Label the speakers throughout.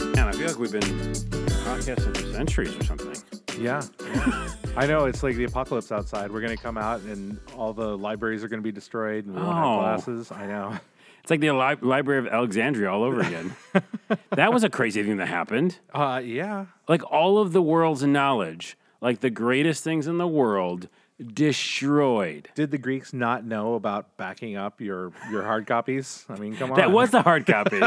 Speaker 1: like we've been podcasting for centuries or something.
Speaker 2: Yeah. I know it's like the apocalypse outside. We're going to come out and all the libraries are going to be destroyed and we won't
Speaker 1: Oh.
Speaker 2: have glasses. I know.
Speaker 1: It's like the li- Library of Alexandria all over again. that was a crazy thing that happened.
Speaker 2: Uh, yeah.
Speaker 1: Like all of the world's knowledge, like the greatest things in the world, destroyed.
Speaker 2: Did the Greeks not know about backing up your, your hard copies? I mean, come on.
Speaker 1: That was the hard copy.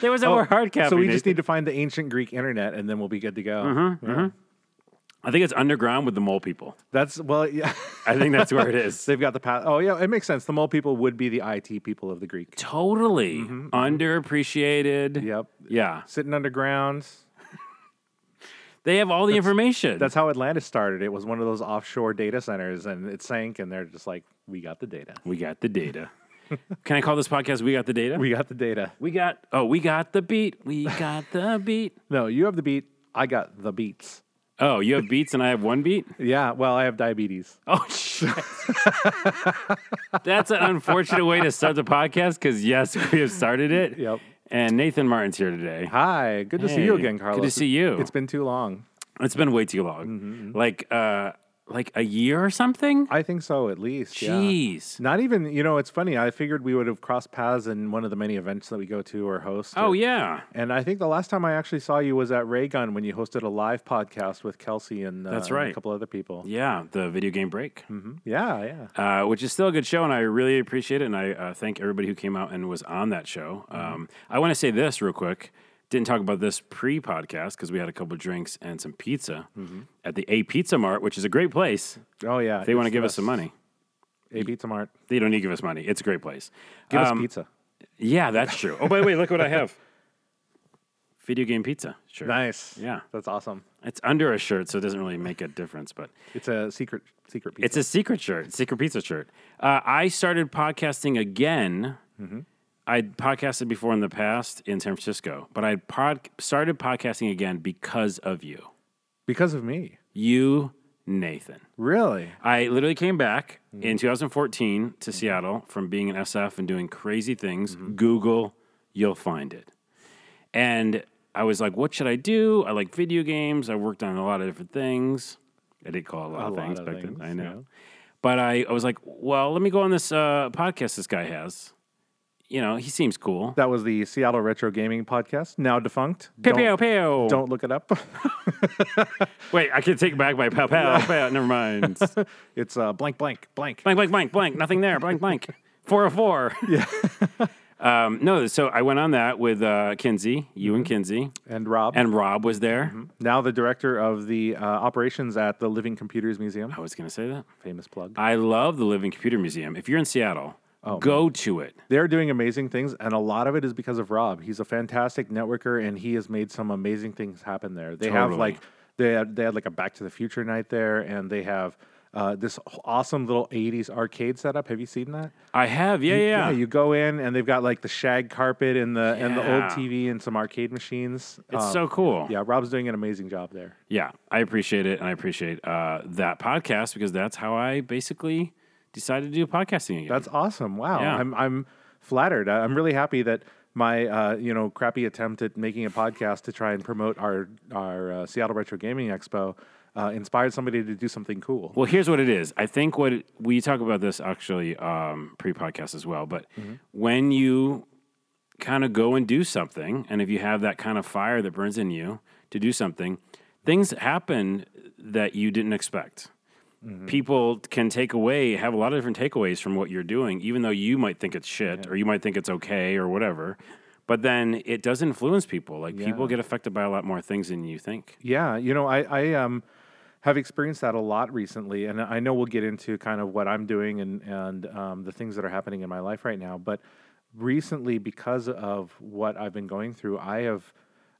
Speaker 1: there was our hard copy.
Speaker 2: Oh, So we just
Speaker 1: Nathan. Mm-hmm.
Speaker 2: need to find the ancient Greek internet and then we'll be good to go. Yeah.
Speaker 1: I think it's underground with the mole people.
Speaker 2: That's, well, yeah.
Speaker 1: I think that's where it is.
Speaker 2: They've got the path. Oh, yeah. It makes sense. The mole people would be the IT people of the Greek.
Speaker 1: totally
Speaker 2: Mm-hmm,
Speaker 1: underappreciated.
Speaker 2: Yep.
Speaker 1: Yeah.
Speaker 2: Sitting underground.
Speaker 1: They have all the information.
Speaker 2: That's how Atlantis started. It was one of those offshore data centers and it sank and they're just like, we got the data.
Speaker 1: we got the data. Can I call this podcast We Got the Data?
Speaker 2: We got the data.
Speaker 1: We got oh, we got the beat. We got the beat.
Speaker 2: No, you have the beat. I got the beats.
Speaker 1: Oh, you have beats and I have one beat?
Speaker 2: Yeah, well, I have diabetes.
Speaker 1: Oh shit. That's an unfortunate way to start the podcast because yes, we have started it.
Speaker 2: Yep.
Speaker 1: And Nathan Martin's here today.
Speaker 2: Hi, good to see you
Speaker 1: Hey,
Speaker 2: again,
Speaker 1: good to
Speaker 2: Carlos.
Speaker 1: see you.
Speaker 2: It's been too long.
Speaker 1: It's been way too long.
Speaker 2: Mm-hmm,
Speaker 1: Like uh like a year or something?
Speaker 2: I think so, at least. Yeah.
Speaker 1: Jeez.
Speaker 2: Not even, you know, it's funny. I figured we would have crossed paths in one of the many events that we go to or host.
Speaker 1: Oh yeah.
Speaker 2: And I think the last time I actually saw you was at Raygun when you hosted a live podcast with Kelsey and, uh,
Speaker 1: That's
Speaker 2: and
Speaker 1: right.
Speaker 2: a couple other people. Hmm?
Speaker 1: Yeah, the video game break,
Speaker 2: Yeah, yeah.
Speaker 1: uh, which is still a good show, and I really appreciate it. And I uh, thank everybody who came out and was on that show.
Speaker 2: Mm-hmm.
Speaker 1: Um, I want to say this real quick. Didn't talk about this pre podcast because we had a couple drinks and some pizza
Speaker 2: Mm-hmm.
Speaker 1: at the A Pizza Mart, which is a great place.
Speaker 2: Oh, yeah.
Speaker 1: They want to give us some money.
Speaker 2: A Pizza Mart.
Speaker 1: They don't need to give us money. It's a great place.
Speaker 2: Give
Speaker 1: Um,
Speaker 2: us pizza.
Speaker 1: Yeah, that's true. Oh, by the way, look what I have video game pizza. Sure.
Speaker 2: Nice.
Speaker 1: yeah.
Speaker 2: That's awesome.
Speaker 1: It's under a shirt, so it doesn't really make a difference, but.
Speaker 2: It's a secret secret pizza.
Speaker 1: It's a secret shirt, secret pizza shirt. Uh, I started podcasting again. I podcasted before in the past in San Francisco, but I pod- started podcasting again because of you,
Speaker 2: because of me.
Speaker 1: you Nathan.
Speaker 2: Really?
Speaker 1: I literally came back
Speaker 2: Mm-hmm.
Speaker 1: in 2014 to Seattle from being in SF and doing crazy things.
Speaker 2: Mm-hmm.
Speaker 1: Google, you'll find it. And I was like, what should I do? I like video games. I worked on a lot of different things. I did call a lot of
Speaker 2: lot
Speaker 1: things
Speaker 2: of
Speaker 1: back then.
Speaker 2: things,
Speaker 1: I know. But I, I was like, well, let me go on this uh, podcast this guy has. You know, he seems cool.
Speaker 2: That was the Seattle Retro Gaming Podcast, now defunct.
Speaker 1: Pew,
Speaker 2: Don't-
Speaker 1: pew, pew.
Speaker 2: Don't look it up.
Speaker 1: Wait, I can take back my pow, pow, pow. Never mind.
Speaker 2: it's uh, blank, blank, blank.
Speaker 1: blank, blank, blank, blank, nothing there, blank, blank, 404. Yeah. um, no, so I went on that with uh, Kinsey, you and
Speaker 2: Mm-hmm.
Speaker 1: Kinsey,
Speaker 2: And Rob,
Speaker 1: and Rob was there.
Speaker 2: now the director of the uh, operations at the Living Computers Museum.
Speaker 1: I was going to say that.
Speaker 2: Famous plug.
Speaker 1: I love the Living Computer Museum. If you're in Seattle,
Speaker 2: Oh,
Speaker 1: go to it.
Speaker 2: They're doing amazing things, and a lot of it is because of Rob. He's a fantastic networker, and he has made some amazing things happen there. They have
Speaker 1: Totally.
Speaker 2: like they had, they had like a Back to the Future night there, and they have uh, this awesome little '80s arcade setup. Have you seen that?
Speaker 1: I have, yeah, yeah.
Speaker 2: you go in and they've got like the shag carpet and the and the old
Speaker 1: Yeah.
Speaker 2: TV and some arcade machines.
Speaker 1: It's
Speaker 2: Um,
Speaker 1: so cool.
Speaker 2: Yeah, Rob's doing an amazing job there.
Speaker 1: Yeah, I appreciate it, and I appreciate uh, that podcast because that's how I basically decided to do podcasting again.
Speaker 2: That's awesome. Wow.
Speaker 1: Yeah.
Speaker 2: I'm I'm flattered. I- I'm really happy that my uh, you know crappy attempt at making a podcast to try and promote our our uh, Seattle Retro Gaming Expo uh, inspired somebody to do something cool.
Speaker 1: Well, here's what it is. I think what it, we talk about this actually um, pre-podcast as well, but when you kind of go and do something, and if you have that kind of fire that burns in you to do something, things happen that you didn't expect. People can take away, have a lot of different takeaways from what you're doing, even though you might think it's shit or you might think it's okay or whatever. But then it does influence people. Like people get affected by a lot more things than you think.
Speaker 2: Yeah, you know, I, I um, have experienced that a lot recently, and I know we'll get into kind of what I'm doing and and um, the things that are happening in my life right now. But recently, because of what I've been going through, I have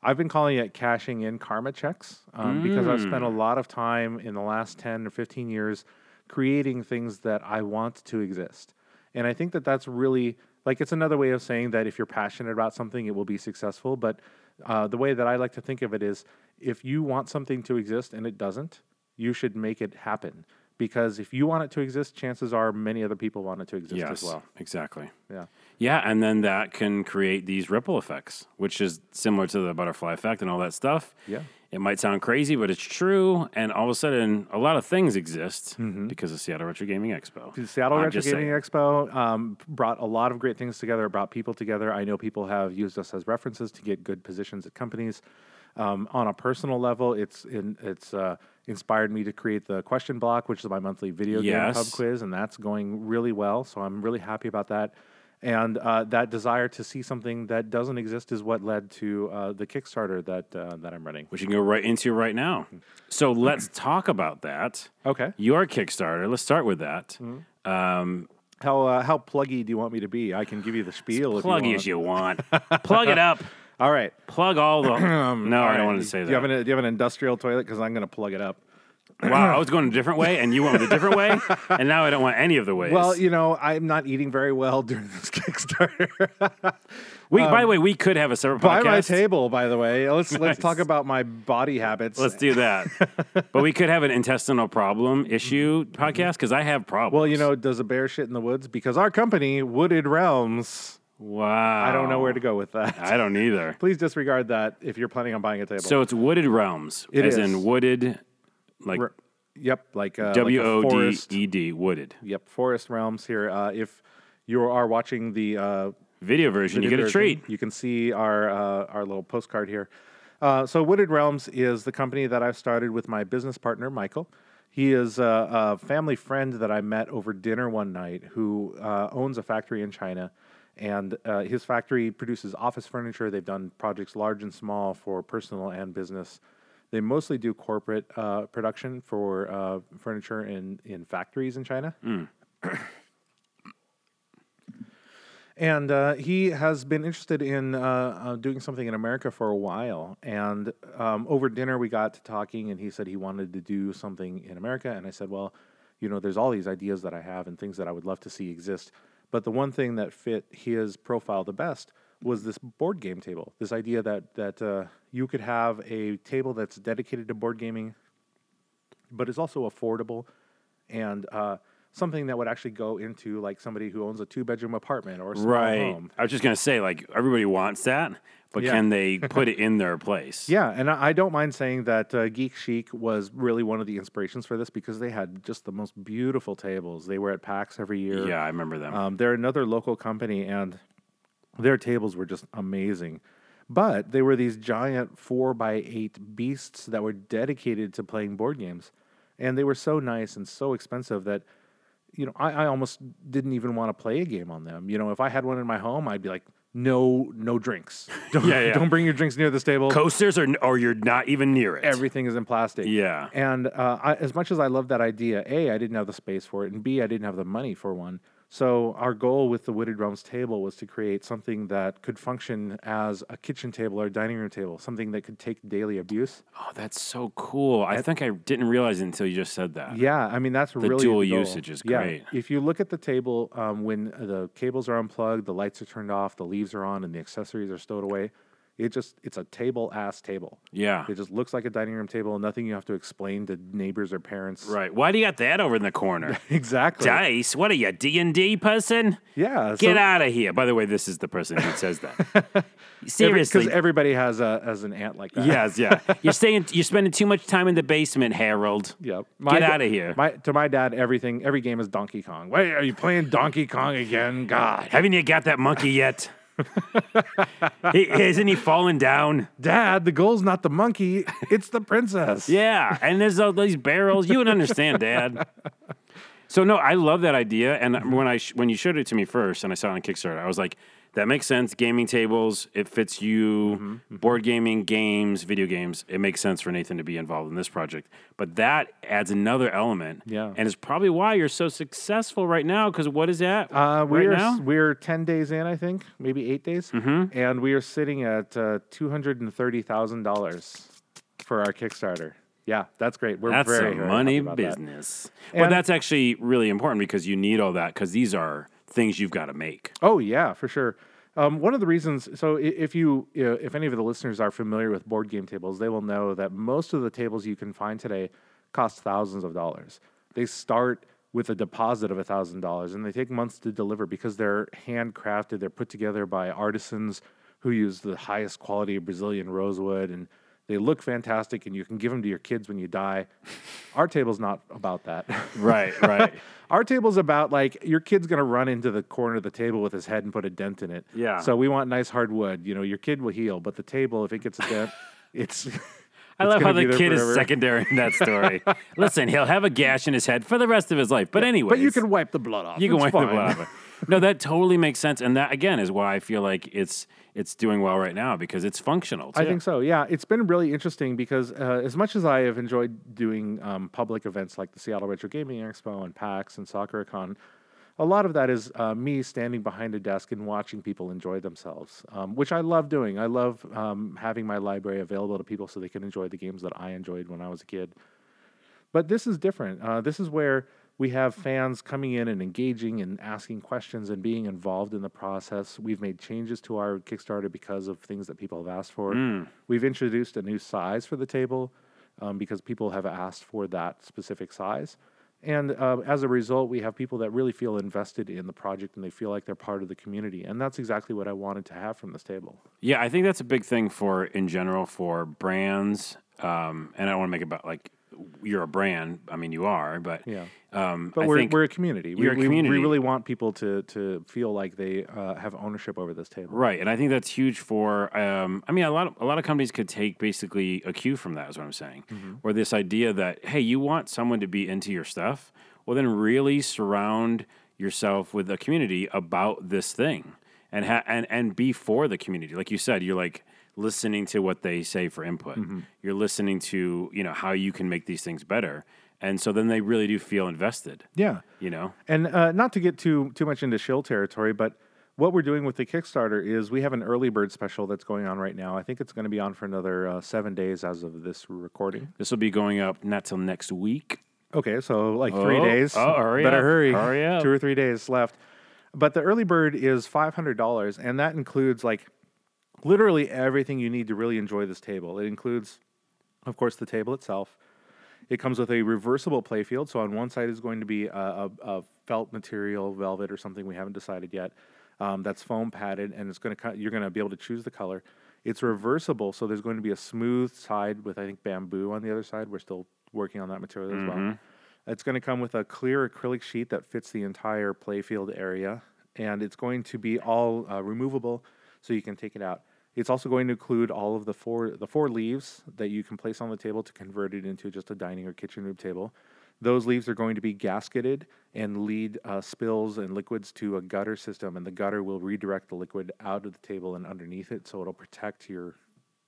Speaker 2: I've been calling it cashing in karma checks um, because I've spent a lot of time in the last ten or fifteen years creating things that I want to exist. And I think that that's really like it's another way of saying that if you're passionate about something, it will be successful. But uh, the way that I like to think of it is if you want something to exist and it doesn't, you should make it happen because if you want it to exist, chances are many other people want it to exist
Speaker 1: Yes.
Speaker 2: as well.
Speaker 1: Exactly.
Speaker 2: Yeah.
Speaker 1: Yeah, and then that can create these ripple effects, which is similar to the butterfly effect and all that stuff.
Speaker 2: Yeah.
Speaker 1: It might sound crazy, but it's true. And all of a sudden, a lot of things exist
Speaker 2: Mm-hmm.
Speaker 1: because of Seattle Retro Gaming Expo.
Speaker 2: The Seattle
Speaker 1: I'm
Speaker 2: Retro
Speaker 1: just
Speaker 2: Gaming
Speaker 1: saying.
Speaker 2: Expo um, brought a lot of great things together. It brought people together. I know people have used us as references to get good positions at companies. Um, on a personal level, it's in, it's uh, inspired me to create the question block, which is my monthly video game
Speaker 1: Yes.
Speaker 2: pub quiz, and that's going really well. So I'm really happy about that. And uh, that desire to see something that doesn't exist is what led to uh, the Kickstarter that uh, that I'm running.
Speaker 1: Which you can go right into right now. So let's talk about that.
Speaker 2: Okay,
Speaker 1: Your Kickstarter. Let's start with that.
Speaker 2: Mm-hmm.
Speaker 1: Um,
Speaker 2: how uh, how pluggy do you want me to be? I can give you the spiel. if you
Speaker 1: plug
Speaker 2: want.
Speaker 1: as you want. plug it up.
Speaker 2: All right.
Speaker 1: Plug all the. no, I don't want to say that.
Speaker 2: Do you have an, do you have an industrial toilet? Because I'm going to plug it up.
Speaker 1: wow, I was going a different way, and you went with a different way, and now I don't want any of the ways.
Speaker 2: Well, you know, I'm not eating very well during this Kickstarter.
Speaker 1: we, by the way, we could have a separate
Speaker 2: By
Speaker 1: podcast.
Speaker 2: Um, my table, by the way. Let's let's talk about my body habits.
Speaker 1: Let's do that. but we could have an intestinal problem issue podcast because I have problems.
Speaker 2: Mm-hmm. well, you know, does a bear shit in the woods? Because our company, Wooded Realms,
Speaker 1: wow.
Speaker 2: I don't know where to go with that.
Speaker 1: I don't either.
Speaker 2: Please disregard that if you're planning on buying a table.
Speaker 1: So it's wooded realms,
Speaker 2: It
Speaker 1: as
Speaker 2: is.
Speaker 1: in wooded, like
Speaker 2: R- yep, like uh, like a
Speaker 1: W O D
Speaker 2: forest-
Speaker 1: E D, wooded.
Speaker 2: Yep, forest realms here. Uh, if you are watching the uh,
Speaker 1: Video version, you
Speaker 2: video
Speaker 1: get a
Speaker 2: version.
Speaker 1: treat.
Speaker 2: You can see our uh, our little postcard here. Uh, so Wooded Realms is the company that I've started with my business partner Michael. He is a, a family friend that I met over dinner one night who uh, owns a factory in China, and uh, his factory produces office furniture. They've done projects large and small for personal and business. They mostly do corporate uh, production for uh, furniture in, in factories in China. And uh, he has been interested in uh, uh, doing something in America for a while. And um, over dinner, we got to talking, and he said he wanted to do something in America. And I said, Well, you know, there's all these ideas that I have and things that I would love to see exist. But the one thing that fit his profile the best was this board game table. This idea that that uh, you could have a table that's dedicated to board gaming, but it's also affordable and uh, something that would actually go into like somebody who owns a two bedroom apartment or a small
Speaker 1: Right.
Speaker 2: home.
Speaker 1: I was just going to say, like, everybody wants that, but
Speaker 2: Yeah.
Speaker 1: can they put it in their place?
Speaker 2: Yeah, and I I don't mind saying that uh, Geek Chic was really one of the inspirations for this because they had just the most beautiful tables. They were at PAX every year.
Speaker 1: Yeah, I remember them.
Speaker 2: Um, they're another local company, and their tables were just amazing. But they were these giant four by eight beasts that were dedicated to playing board games, and they were so nice and so expensive that you know I, I almost didn't even want to play a game on them. You know, if I had one in my home, I'd be like, no, no drinks. Don't,
Speaker 1: Yeah, yeah.
Speaker 2: don't bring your drinks near this table.
Speaker 1: Coasters, or, or you're not even near it.
Speaker 2: Everything is in plastic.
Speaker 1: yeah.
Speaker 2: And uh, I, as much as I love that idea, A, I didn't have the space for it, and B, I didn't have the money for one. So our goal with the Wooded Realms table was to create something that could function as a kitchen table or a dining room table, something that could take daily abuse.
Speaker 1: Oh, that's so cool. I think I didn't realize it until you just said that.
Speaker 2: Yeah, I mean that's really
Speaker 1: dual
Speaker 2: the goal.
Speaker 1: usage is
Speaker 2: Yeah,
Speaker 1: great.
Speaker 2: If you look at the table, um, when the cables are unplugged, the lights are turned off, the leaves are on, and the accessories are stowed away, it just it's a table ass table.
Speaker 1: Yeah.
Speaker 2: It just looks like a dining room table, nothing you have to explain to neighbors or parents.
Speaker 1: Right. Why do you got that over in the corner?
Speaker 2: Exactly.
Speaker 1: Dice, what are you, D&D person?
Speaker 2: Yeah.
Speaker 1: Get out of here. By the way, this is the person who says that. Seriously.
Speaker 2: Because everybody has a as an aunt like that.
Speaker 1: yes, yeah. You're staying you're spending too much time in the basement, Harold.
Speaker 2: Yep.
Speaker 1: Get
Speaker 2: da-
Speaker 1: outta here.
Speaker 2: My, to my dad, everything, every game is Donkey Kong. Wait, are you playing Donkey Kong again? God.
Speaker 1: Haven't you got that monkey yet? He- isn't he falling down?
Speaker 2: Dad, the goal's not the monkey, it's the princess.
Speaker 1: Yeah, and there's all these barrels. You would understand, Dad. So no, I love that idea. And
Speaker 2: Mm-hmm.
Speaker 1: when I sh- when you showed it to me first, and I saw it on Kickstarter, I was like, that makes sense. Gaming tables, it fits you.
Speaker 2: Mm-hmm,
Speaker 1: Board gaming, games, video games. It makes sense for Nathan to be involved in this project. But that adds another element.
Speaker 2: Yeah.
Speaker 1: and it's probably why you're so successful right now. Because what is that
Speaker 2: Uh,
Speaker 1: right
Speaker 2: we're
Speaker 1: now? Mm-hmm.
Speaker 2: we're ten days in, I think, maybe eight days, and we are sitting at uh, two hundred and thirty thousand dollars for our Kickstarter. Yeah, that's great. We're
Speaker 1: That's
Speaker 2: very,
Speaker 1: a
Speaker 2: very
Speaker 1: money
Speaker 2: happy about that.
Speaker 1: business. Well,
Speaker 2: And-
Speaker 1: that's actually really important because you need all that because these are things you've got to make.
Speaker 2: Oh yeah, for sure. Um, one of the reasons, so i- if you, you know, if any of the listeners are familiar with board game tables, they will know that most of the tables you can find today cost thousands of dollars. They start with a deposit of $1,000 and they take months to deliver because they're handcrafted, they're put together by artisans who use the highest quality Brazilian rosewood and they look fantastic and you can give them to your kids when you die. Our table's not about that.
Speaker 1: Right, right.
Speaker 2: Our table's about like your kid's gonna run into the corner of the table with his head and put a dent in it.
Speaker 1: Yeah.
Speaker 2: So we want nice hardwood. You know, your kid will heal, but the table, if it gets a dent, it's.
Speaker 1: I
Speaker 2: it's
Speaker 1: love
Speaker 2: gonna
Speaker 1: how
Speaker 2: be
Speaker 1: the
Speaker 2: there
Speaker 1: kid
Speaker 2: forever.
Speaker 1: is secondary in that story. Listen, he'll have a gash in his head for the rest of his life. But anyway,
Speaker 2: But you can wipe the blood off.
Speaker 1: you can wipe
Speaker 2: It's
Speaker 1: the
Speaker 2: fine.
Speaker 1: blood off it. No, that totally makes sense, and that again is why I feel like it's it's doing well right now because it's functional. Too.
Speaker 2: I think so. Yeah, it's been really interesting because uh, as much as I have enjoyed doing um, public events like the Seattle Retro Gaming Expo and PAX and SoccerCon, a lot of that is uh, me standing behind a desk and watching people enjoy themselves, um, which I love doing. I love um, having my library available to people so they can enjoy the games that I enjoyed when I was a kid. But this is different. Uh, this is where we have fans coming in and engaging and asking questions and being involved in the process. We've made changes to our Kickstarter because of things that people have asked for.
Speaker 1: Hmm.
Speaker 2: We've introduced a new size for the table um, because people have asked for that specific size. And uh, as a result, we have people that really feel invested in the project and they feel like they're part of the community. And that's exactly what I wanted to have from this table.
Speaker 1: Yeah, I think that's a big thing for in general for brands. Um, and I don't want to make it about like you're a brand. I mean, you are, but
Speaker 2: Yeah.
Speaker 1: Um,
Speaker 2: But
Speaker 1: I
Speaker 2: we're,
Speaker 1: think-
Speaker 2: we're a community. We,
Speaker 1: you're a
Speaker 2: we-
Speaker 1: community.
Speaker 2: We, really want people to, to feel like they uh, have ownership over this table.
Speaker 1: Right, and I think that's huge for. Um, I mean, a lot of a lot of companies could take basically a cue from that. Is what I'm saying, or this idea that hey, you want someone to be into your stuff, well, then really surround yourself with a community about this thing, and ha- and and be for the community. Like you said, you're like listening to what they say for input. You're listening to you know how you can make these things better, and so then they really do feel invested.
Speaker 2: Yeah.
Speaker 1: You know,
Speaker 2: And uh, not to get too too much into shill territory, but what we're doing with the Kickstarter is we have an early bird special that's going on right now. I think it's going to be on for another uh, seven days as of this recording.
Speaker 1: this will be going up not till next week.
Speaker 2: Okay, so like three
Speaker 1: Oh,
Speaker 2: days.
Speaker 1: oh, hurry
Speaker 2: Better
Speaker 1: up,
Speaker 2: hurry.
Speaker 1: hurry up.
Speaker 2: Two or three days left. But the early bird is five hundred dollars, and that includes like literally everything you need to really enjoy this table. It includes, of course, the table itself. It comes with a reversible playfield. So on one side is going to be a, a, a felt material, velvet or something we haven't decided yet. Um, that's foam padded, and it's going to you're going to be able to choose the color. It's reversible, so there's going to be a smooth side with I think bamboo on the other side. We're still working on that material as well. It's going to come with a clear acrylic sheet that fits the entire playfield area, and it's going to be all uh, removable, so you can take it out. It's also going to include all of the four the four leaves that you can place on the table to convert it into just a dining or kitchen room table. Those leaves are going to be gasketed and lead uh, spills and liquids to a gutter system, and the gutter will redirect the liquid out of the table and underneath it, so it'll protect your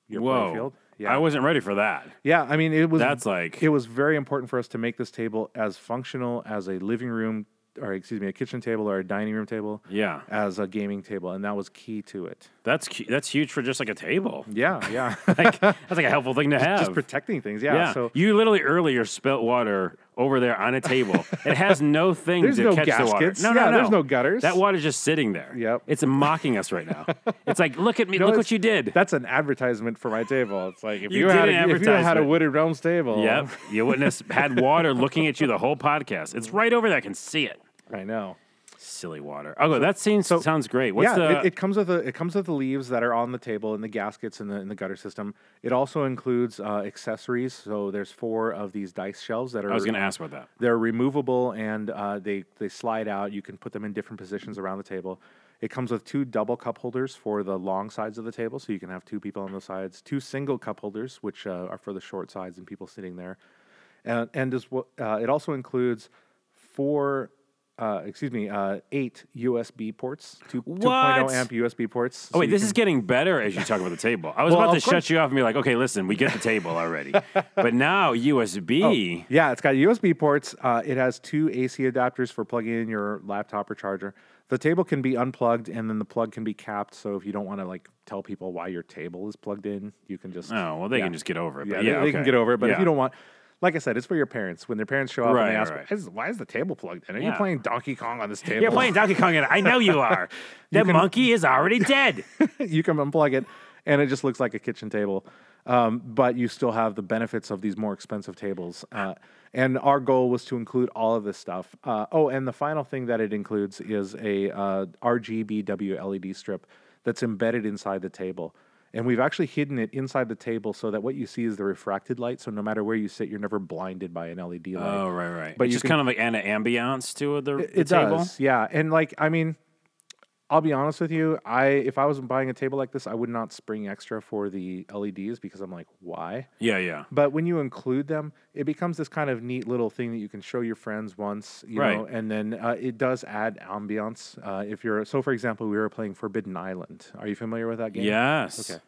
Speaker 2: your
Speaker 1: Whoa,
Speaker 2: playfield.
Speaker 1: I wasn't ready for that.
Speaker 2: Yeah, I mean it was
Speaker 1: That's like-
Speaker 2: it was very important for us to make this table as functional as a living room or excuse me, a kitchen table or a dining room table.
Speaker 1: Yeah.
Speaker 2: As a gaming table, and that was key to it.
Speaker 1: That's cu- that's huge for just like a table.
Speaker 2: Yeah, yeah.
Speaker 1: Like that's like a helpful thing to have.
Speaker 2: Just protecting things. Yeah.
Speaker 1: yeah.
Speaker 2: So
Speaker 1: you literally earlier spilt water over there on a table. it has no thing
Speaker 2: There's
Speaker 1: to
Speaker 2: no
Speaker 1: catch the water.
Speaker 2: gaskets. Yeah, there's no gutters.
Speaker 1: That water's just sitting there.
Speaker 2: Yep.
Speaker 1: It's mocking us right now. It's like, look at me,
Speaker 2: No,
Speaker 1: look
Speaker 2: that's-
Speaker 1: what you did.
Speaker 2: That's an advertisement for my table. It's like if
Speaker 1: You
Speaker 2: you, had
Speaker 1: did an
Speaker 2: a, if you had a
Speaker 1: advertisement.
Speaker 2: Wooded Realms table.
Speaker 1: yep. You wouldn't have had water looking at you the whole podcast. It's right over there. I can see it.
Speaker 2: I know.
Speaker 1: Silly water. Oh, that seems sounds great. What's
Speaker 2: yeah,
Speaker 1: the
Speaker 2: it, it comes with the it comes with the leaves that are on the table and the gaskets and the in the gutter system. It also includes uh, accessories. So there's four of these dice shelves that are
Speaker 1: I was gonna ask about that.
Speaker 2: They're removable and uh, they they slide out. You can put them in different positions around the table. It comes with two double cup holders for the long sides of the table, so you can have two people on those sides. Two single cup holders, which uh, are for the short sides and people sitting there. And and as well, uh, it also includes four. Uh, excuse me, uh, eight USB ports, two, 2.0
Speaker 1: What?
Speaker 2: amp USB ports.
Speaker 1: Oh wait, this is getting better as you talk about the table. I was
Speaker 2: Well,
Speaker 1: about to
Speaker 2: of course.
Speaker 1: shut you off and be like, okay, listen, we get the table already. but now USB.
Speaker 2: Yeah, it's got USB ports. Uh, it has two AC adapters for plugging in your laptop or charger. The table can be unplugged, and then the plug can be capped. So if you don't want to like tell people why your table is plugged in, you can just
Speaker 1: Oh well, they can just get over it.
Speaker 2: yeah,
Speaker 1: but
Speaker 2: they,
Speaker 1: yeah,
Speaker 2: they can
Speaker 1: okay.
Speaker 2: get over it. But if
Speaker 1: Yeah.
Speaker 2: you don't want, like I said, it's for your parents. When their parents show up
Speaker 1: Right,
Speaker 2: and they ask,
Speaker 1: right.
Speaker 2: "Why is- "Why is the table plugged in? Are
Speaker 1: Yeah.
Speaker 2: you playing Donkey Kong on this table?"
Speaker 1: you're playing Donkey Kong, and I know you are. That monkey is already dead.
Speaker 2: you can unplug it, and it just looks like a kitchen table. um, but you still have the benefits of these more expensive tables. Uh, and our goal was to include all of this stuff. Uh, oh, and the final thing that it includes is a uh, RGBW LED E strip that's embedded inside the table. And we've actually hidden it inside the table so that what you see is the refracted light. So no matter where you sit, you're never blinded by an LED light.
Speaker 1: Oh, right, right.
Speaker 2: But
Speaker 1: But it's
Speaker 2: you
Speaker 1: just
Speaker 2: can-
Speaker 1: kind of like an ambiance to the, the
Speaker 2: it
Speaker 1: table.
Speaker 2: does, yeah. And like, I mean, I'll be honest with you. I if I was buying a table like this, I would not spring extra for the LEDs because I'm like, why?
Speaker 1: Yeah, yeah.
Speaker 2: But when you include them, it becomes this kind of neat little thing that you can show your friends once, you know,
Speaker 1: Right.
Speaker 2: and then uh, it does add ambiance. Uh, if you're so, for example, we were playing Forbidden Island. Are you familiar with that game?
Speaker 1: Yes.
Speaker 2: Okay.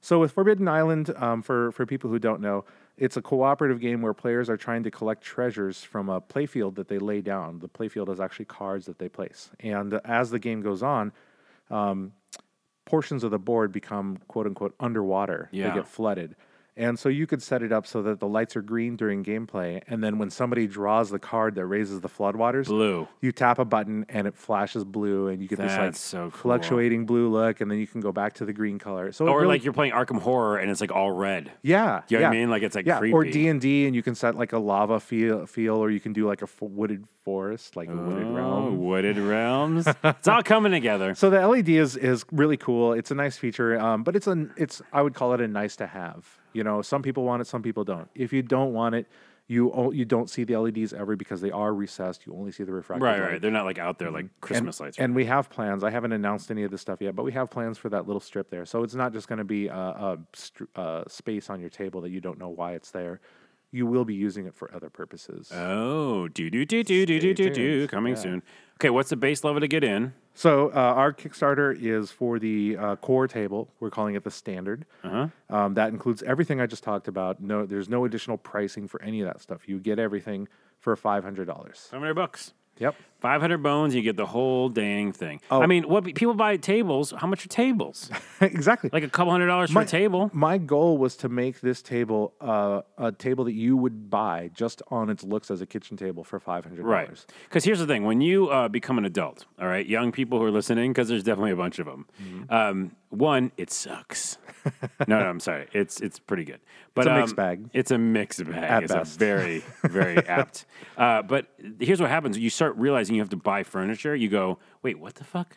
Speaker 2: So with Forbidden Island, um, for for people who don't know, it's a cooperative game where players are trying to collect treasures from a playfield that they lay down. The playfield is actually cards that they place, and as the game goes on, um, portions of the board become quote unquote underwater.
Speaker 1: Yeah.
Speaker 2: They get flooded. And so you could set it up so that the lights are green during gameplay. And then when somebody draws the card that raises the floodwaters,
Speaker 1: Blue.
Speaker 2: you tap a button and it flashes blue and you get this like
Speaker 1: That's so cool.
Speaker 2: fluctuating blue look. And then you can go back to the green color. So it
Speaker 1: Or
Speaker 2: really-
Speaker 1: like you're playing Arkham Horror and it's like all red.
Speaker 2: yeah.
Speaker 1: You know
Speaker 2: yeah.
Speaker 1: what I mean? Like it's like
Speaker 2: yeah,
Speaker 1: creepy.
Speaker 2: or D and D, and you can set like a lava feel, feel, or you can do like a f- wooded forest, like a wooded
Speaker 1: Oh,
Speaker 2: realm.
Speaker 1: wooded realms. it's all coming together.
Speaker 2: So the LED is is really cool. It's a nice feature, um, but it's an it's I would call it a nice to have. You know, some people want it, some people don't. If you don't want it, you o- you don't see the LEDs ever because they are recessed. You only see the refracted
Speaker 1: Right,
Speaker 2: light.
Speaker 1: right. They're not like out there like Christmas lights.
Speaker 2: Mm-hmm. And we have plans. I haven't announced any of this stuff yet, but we have plans for that little strip there. So it's not just going to be a, a, str- a space on your table that you don't know why it's there. You will be using it for other purposes.
Speaker 1: oh, do do do do do do do do
Speaker 2: tuned.
Speaker 1: coming soon. Okay, what's the base level to get in?
Speaker 2: So uh, our Kickstarter is for the uh, core table. We're calling it the standard.
Speaker 1: Uh-huh.
Speaker 2: Um, that includes everything I just talked about. No, there's no additional pricing for any of that stuff. You get everything for five hundred dollars.
Speaker 1: Five hundred bucks.
Speaker 2: Yep.
Speaker 1: Five hundred bones, you get the whole dang thing.
Speaker 2: Oh.
Speaker 1: I mean, what people buy tables? How much are tables?
Speaker 2: exactly.
Speaker 1: like a couple hundred dollars for a table.
Speaker 2: My goal was to make this table uh, a table that you would buy just on its looks as a kitchen table for five hundred
Speaker 1: Right.
Speaker 2: dollars.
Speaker 1: Because here's the thing when you uh, become an adult, all right, young people who are listening, because there's definitely a bunch of them.
Speaker 2: Mm-hmm.
Speaker 1: Um, one, it sucks. no, no, I'm sorry. It's it's pretty good. But,
Speaker 2: a mixed
Speaker 1: um,
Speaker 2: bag.
Speaker 1: It's a mixed bag.
Speaker 2: At
Speaker 1: it's
Speaker 2: best.
Speaker 1: a very, very apt. Uh, but here's what happens you start realizing you have to buy furniture. You go, wait, what the fuck?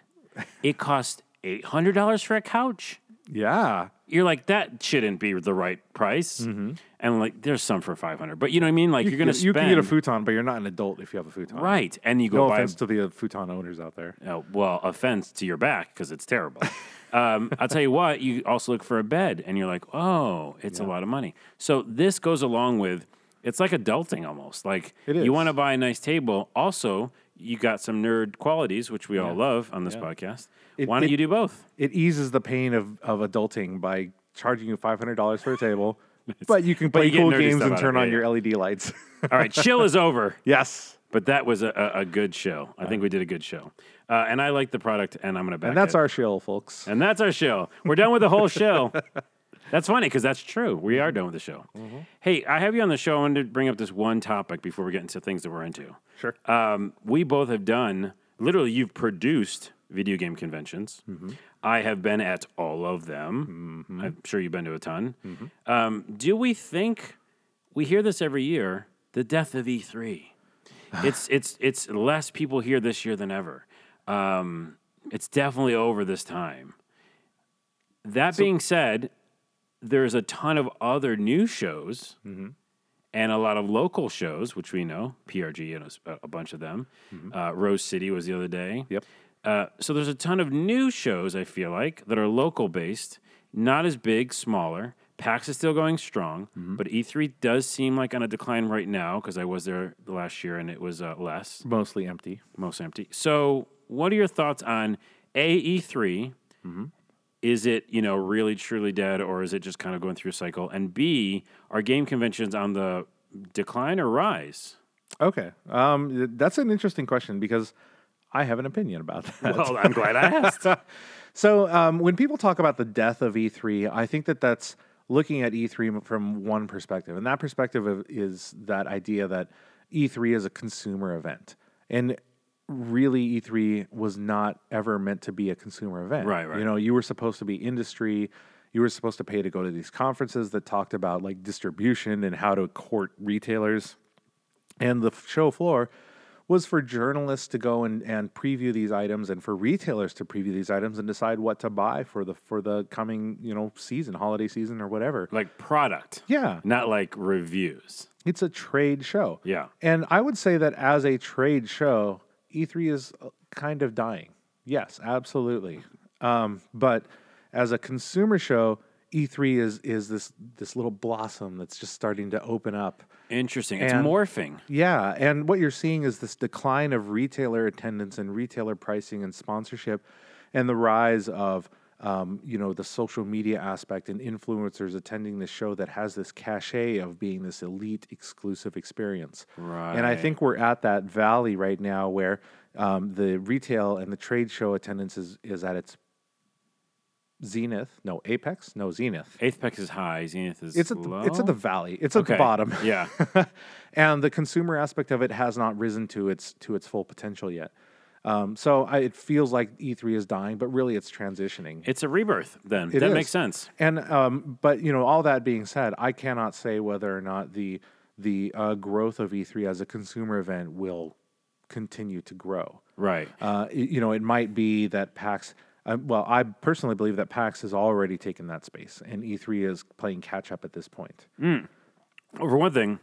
Speaker 1: It cost $800 for a couch
Speaker 2: Yeah.
Speaker 1: you're like that shouldn't be the right price and like there's some for 500 but you know what i mean like you, are gonna
Speaker 2: Mm-hmm. you, you
Speaker 1: spend
Speaker 2: can get a futon, but you're not an adult if you have a futon.
Speaker 1: right and you go
Speaker 2: No
Speaker 1: buy
Speaker 2: offense to the uh, futon owners out there.
Speaker 1: uh, well offense to your back because it's terrible um, i'll tell you what you also look for a bed and you're like oh it's a lot of money so this goes along with it's like adulting almost like
Speaker 2: It is.
Speaker 1: you want to buy a nice table also you got some nerd qualities which we all love on this podcast why don't
Speaker 2: it-
Speaker 1: you do both
Speaker 2: It eases the pain of, of adulting by charging you five hundred dollars for a table, but you can play
Speaker 1: you get
Speaker 2: cool
Speaker 1: nerdy
Speaker 2: games
Speaker 1: stuff
Speaker 2: and
Speaker 1: out of
Speaker 2: turn
Speaker 1: it,
Speaker 2: on
Speaker 1: yeah,
Speaker 2: your LED lights.
Speaker 1: all right chill is over
Speaker 2: yes.
Speaker 1: But that was a, a, a good show. I think we did a good show. Uh, and I like the product, and I'm going to back
Speaker 2: And that's
Speaker 1: it.
Speaker 2: our shill, folks.
Speaker 1: and that's our show. We're done with the whole show. That's funny because that's true. We are done with the show. Hey, I have you on the show. I wanted to bring up this one topic before we get into things that we're into.
Speaker 2: Sure.
Speaker 1: Um, we both have done, literally, you've produced video game conventions. I have been at all of them. I'm sure you've been to a ton. Um, do we think, we hear this every year, the death of E E3? it's, it's, it's less people here this year than ever. Um, it's definitely over this time. That being said, there's a ton of other new shows and a lot of local shows, which we know PRG and a s- a, a bunch of them. Uh, Rose City was the other day.
Speaker 2: Yep.
Speaker 1: Uh, so there's a ton of new shows I feel like that are local based, not as big, smaller. PAX is still going strong, but E3 does seem like on a decline right now because I was there last year and it was uh, less
Speaker 2: Mostly empty.
Speaker 1: most empty. So, what are your thoughts on AE3? Mm-hmm. Is it you know really truly dead, or is it just kind of going through a cycle? And B, are game conventions on the decline or rise?
Speaker 2: Okay. Um, th- that's an interesting question because I have an opinion about that.
Speaker 1: Well, I'm glad I asked.
Speaker 2: So um, when people talk about the death of E3, I think that that's looking at E3 from one perspective, and that perspective of, is that idea that E3 is a consumer event, and really E E3 was not ever meant to be a consumer event.
Speaker 1: Right, right.
Speaker 2: You know, you were supposed to be industry. you were supposed to pay to go to these conferences that talked about like distribution and how to court retailers. And the f- show floor was for journalists to go and, and preview these items and for retailers to preview these items and decide what to buy for the for the coming, you know, season, holiday season or whatever.
Speaker 1: Like product,
Speaker 2: Yeah.
Speaker 1: not like reviews.
Speaker 2: It's a trade show.
Speaker 1: Yeah.
Speaker 2: And I would say that as a trade show, E3 is uh, kind of dying. Yes, absolutely. Um, but as a consumer show, E3 is is this this little blossom that's just starting to open up.
Speaker 1: Interesting. It's
Speaker 2: And-
Speaker 1: morphing.
Speaker 2: Yeah, and what you're seeing is this decline of retailer attendance and retailer pricing and sponsorship, and the rise of um, you know the social media aspect and influencers attending this show that has this cachet of being this elite exclusive experience. And I
Speaker 1: Right.
Speaker 2: think we're at that valley right now where um, the retail and the trade show attendance is is at its zenith. No apex. No zenith.
Speaker 1: Eighth peck is high. Zenith is
Speaker 2: It's at the,
Speaker 1: low.
Speaker 2: it's at the valley. It's at
Speaker 1: Okay.
Speaker 2: the bottom.
Speaker 1: yeah.
Speaker 2: and the consumer aspect of it has not risen to its to its full potential yet. Um, so I, it feels like E3 is dying, but really it's transitioning.
Speaker 1: It's a rebirth then.
Speaker 2: It
Speaker 1: that
Speaker 2: is.
Speaker 1: makes sense.
Speaker 2: And um, but you know, all that being said, I cannot say whether or not the the uh, growth of E3 as a consumer event will continue to grow.
Speaker 1: Right.
Speaker 2: Uh, y- you know, it might be that PAX. Uh, well, I personally believe that PAX has already taken that space, and E3 is playing catch up at this point.
Speaker 1: Well, for one thing,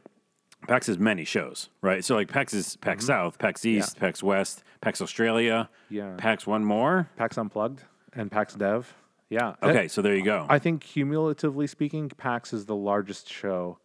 Speaker 1: PAX is many shows, right? So like PAX is PAX
Speaker 2: Mm-hmm.
Speaker 1: South, PAX East, PAX West, PAX Australia,
Speaker 2: Yeah.
Speaker 1: PAX one more.
Speaker 2: PAX Unplugged and PAX Dev. Yeah.
Speaker 1: Okay, so there you go.
Speaker 2: I think cumulatively speaking, PAX is the largest show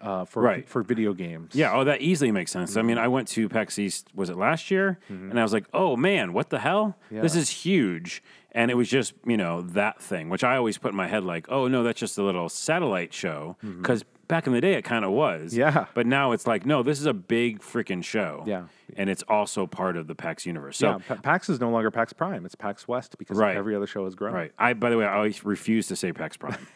Speaker 2: uh, for
Speaker 1: Right.
Speaker 2: for video games.
Speaker 1: yeah, oh, that easily makes sense. I
Speaker 2: Mm-hmm.
Speaker 1: mean, I went to PAX East, was it last year? And I was like, oh man, what the hell? This
Speaker 2: Yeah.
Speaker 1: is huge. And it was just, you know, that thing, which I always put in my head like, oh no, that's just a little satellite show. Because back in the day, it kind of was.
Speaker 2: Mm-hmm. Yeah.
Speaker 1: But now it's like, no, this is a big freaking show.
Speaker 2: Yeah.
Speaker 1: And it's also part of the PAX universe. So
Speaker 2: Yeah, Pa- PAX is no longer PAX Prime; it's PAX West because
Speaker 1: Right.
Speaker 2: every other show has grown.
Speaker 1: Right. I by the way, I always refuse to say Pax Prime.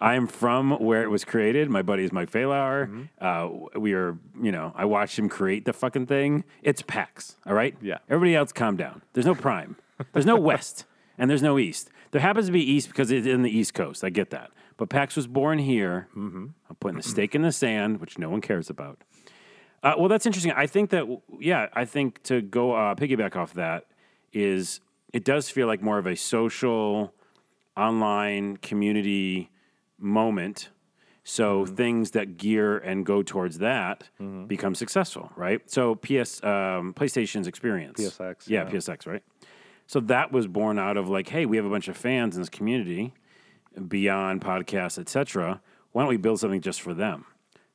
Speaker 1: I am from where it was created. My buddy is Mike Failauer. Uh, we are, you know, I watched him create the fucking thing. It's Pax, all right?
Speaker 2: Yeah.
Speaker 1: Everybody else, calm down. There's no Prime. there's no West, and there's no East. There happens to be East because it's in the East Coast. I get that. But Pax was born here. Mm-hmm. I'm putting a stake in the sand, which no one cares about. Uh, well, that's interesting. I think that yeah, I think to go uh, piggyback off that is it does feel like more of a social, online community moment. So things that gear and go towards that become successful, right? So PS, um, PlayStation's experience,
Speaker 2: PSX,
Speaker 1: yeah,
Speaker 2: yeah.
Speaker 1: PSX, right? So that was born out of like, hey, we have a bunch of fans in this community, beyond podcasts, etc. Why don't we build something just for them?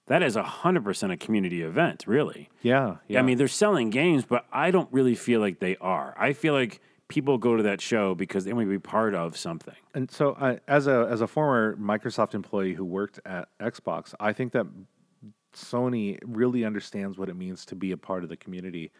Speaker 1: That is hundred percent a community event, really.
Speaker 2: Yeah. Yeah.
Speaker 1: I mean, they're selling games, but I don't really feel like they are. I feel like people go to that show because they want to be part of something.
Speaker 2: and so I, as a as a former Microsoft employee who worked at Xbox, I think that Sony really understands what it means to be a part of the community,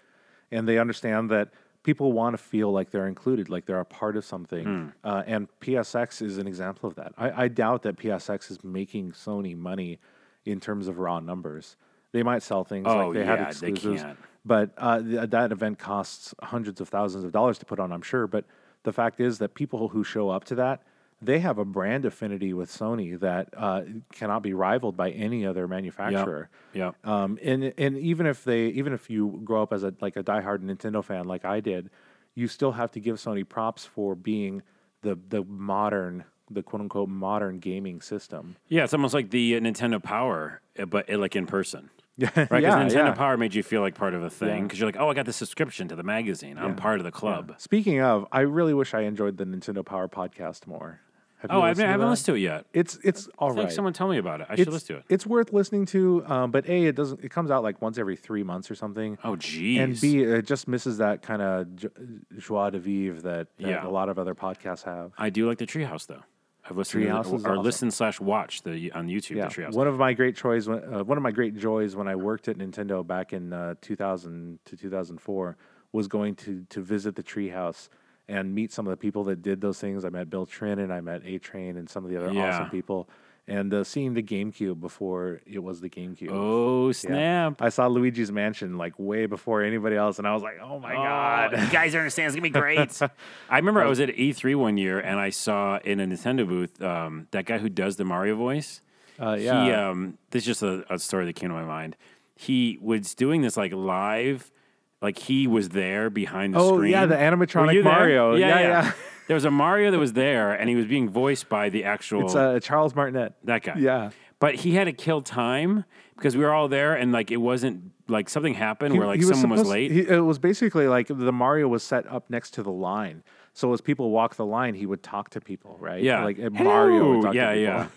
Speaker 2: and they understand that people want to feel like they're included, like they're a part of something.
Speaker 1: Hmm.
Speaker 2: Uh, and PSX is an example of that. I, I doubt that PSX is making Sony money in terms of raw numbers. They might sell things
Speaker 1: Oh,
Speaker 2: like they had
Speaker 1: yeah, they
Speaker 2: exclusives,
Speaker 1: can't.
Speaker 2: but uh, th- that event costs hundreds of thousands of dollars to put on, I'm sure. But the fact is that people who show up to that, they have a brand affinity with Sony that uh, cannot be rivaled by any other manufacturer.
Speaker 1: Yep.
Speaker 2: Um, and and even if they even if you grow up as a like a diehard Nintendo fan like I did, you still have to give Sony props for being the the modern the quote unquote modern gaming system.
Speaker 1: Yeah, it's almost like the uh, Nintendo Power, uh, but uh, like in person. Yeah, right. Because
Speaker 2: yeah,
Speaker 1: Nintendo
Speaker 2: yeah.
Speaker 1: Power made you feel like part of a thing because you're like, oh, I got the subscription to the magazine. I'm part of the club.
Speaker 2: Speaking of, I really wish I enjoyed the Nintendo Power podcast more. Have
Speaker 1: Oh, I've, I
Speaker 2: listened to
Speaker 1: haven't
Speaker 2: that?
Speaker 1: listened to it yet.
Speaker 2: It's it's all
Speaker 1: I think
Speaker 2: right.
Speaker 1: someone told me about it. I should
Speaker 2: It's,
Speaker 1: listen to it.
Speaker 2: it's worth listening to, um, but a it doesn't. It comes out like once every three months or something.
Speaker 1: Oh, geez.
Speaker 2: and B, it just misses that kind of jo- joie de vivre that, that
Speaker 1: Yeah.
Speaker 2: a lot of other podcasts have.
Speaker 1: I do like the Treehouse though. I've listened
Speaker 2: Treehouse
Speaker 1: to
Speaker 2: is
Speaker 1: the, or
Speaker 2: awesome.
Speaker 1: listen slash watch the on YouTube
Speaker 2: Yeah.
Speaker 1: the Treehouse.
Speaker 2: One of my great joys, when, uh, one of my great joys when I worked at Nintendo back in uh, 2000 to 2004 was going to to visit the treehouse and meet some of the people that did those things. I met Bill Trin and I met A Train and some of the other
Speaker 1: Yeah.
Speaker 2: awesome people. and uh, seeing the GameCube before it was the GameCube.
Speaker 1: Oh snap!
Speaker 2: I saw Luigi's Mansion like way before anybody else, and I was like, oh my
Speaker 1: Oh,
Speaker 2: god.
Speaker 1: you guys don't understand. It's gonna be great. I remember I was at E3 one year and I saw in a Nintendo booth um, that guy who does the Mario voice.
Speaker 2: Uh, yeah.
Speaker 1: He, um, this is just a, a story that came to my mind. He was doing this like live, like he was there behind the
Speaker 2: Oh,
Speaker 1: screen.
Speaker 2: yeah, the animatronic
Speaker 1: Were you there?
Speaker 2: Mario.
Speaker 1: Yeah,
Speaker 2: Yeah,
Speaker 1: yeah.
Speaker 2: yeah.
Speaker 1: there was a Mario that was there, and he was being voiced by the actual
Speaker 2: It's uh, Charles Martinet.
Speaker 1: that guy.
Speaker 2: Yeah.
Speaker 1: But he had to kill time because we were all there, and like it wasn't like something happened where like
Speaker 2: He
Speaker 1: someone was
Speaker 2: supposed-
Speaker 1: late.
Speaker 2: he- it was basically like the Mario was set up next to the line. So as people walk the line, he would talk to people, right?
Speaker 1: Yeah.
Speaker 2: Like uh,
Speaker 1: Hello.
Speaker 2: Mario would talk
Speaker 1: yeah,
Speaker 2: to people.
Speaker 1: yeah.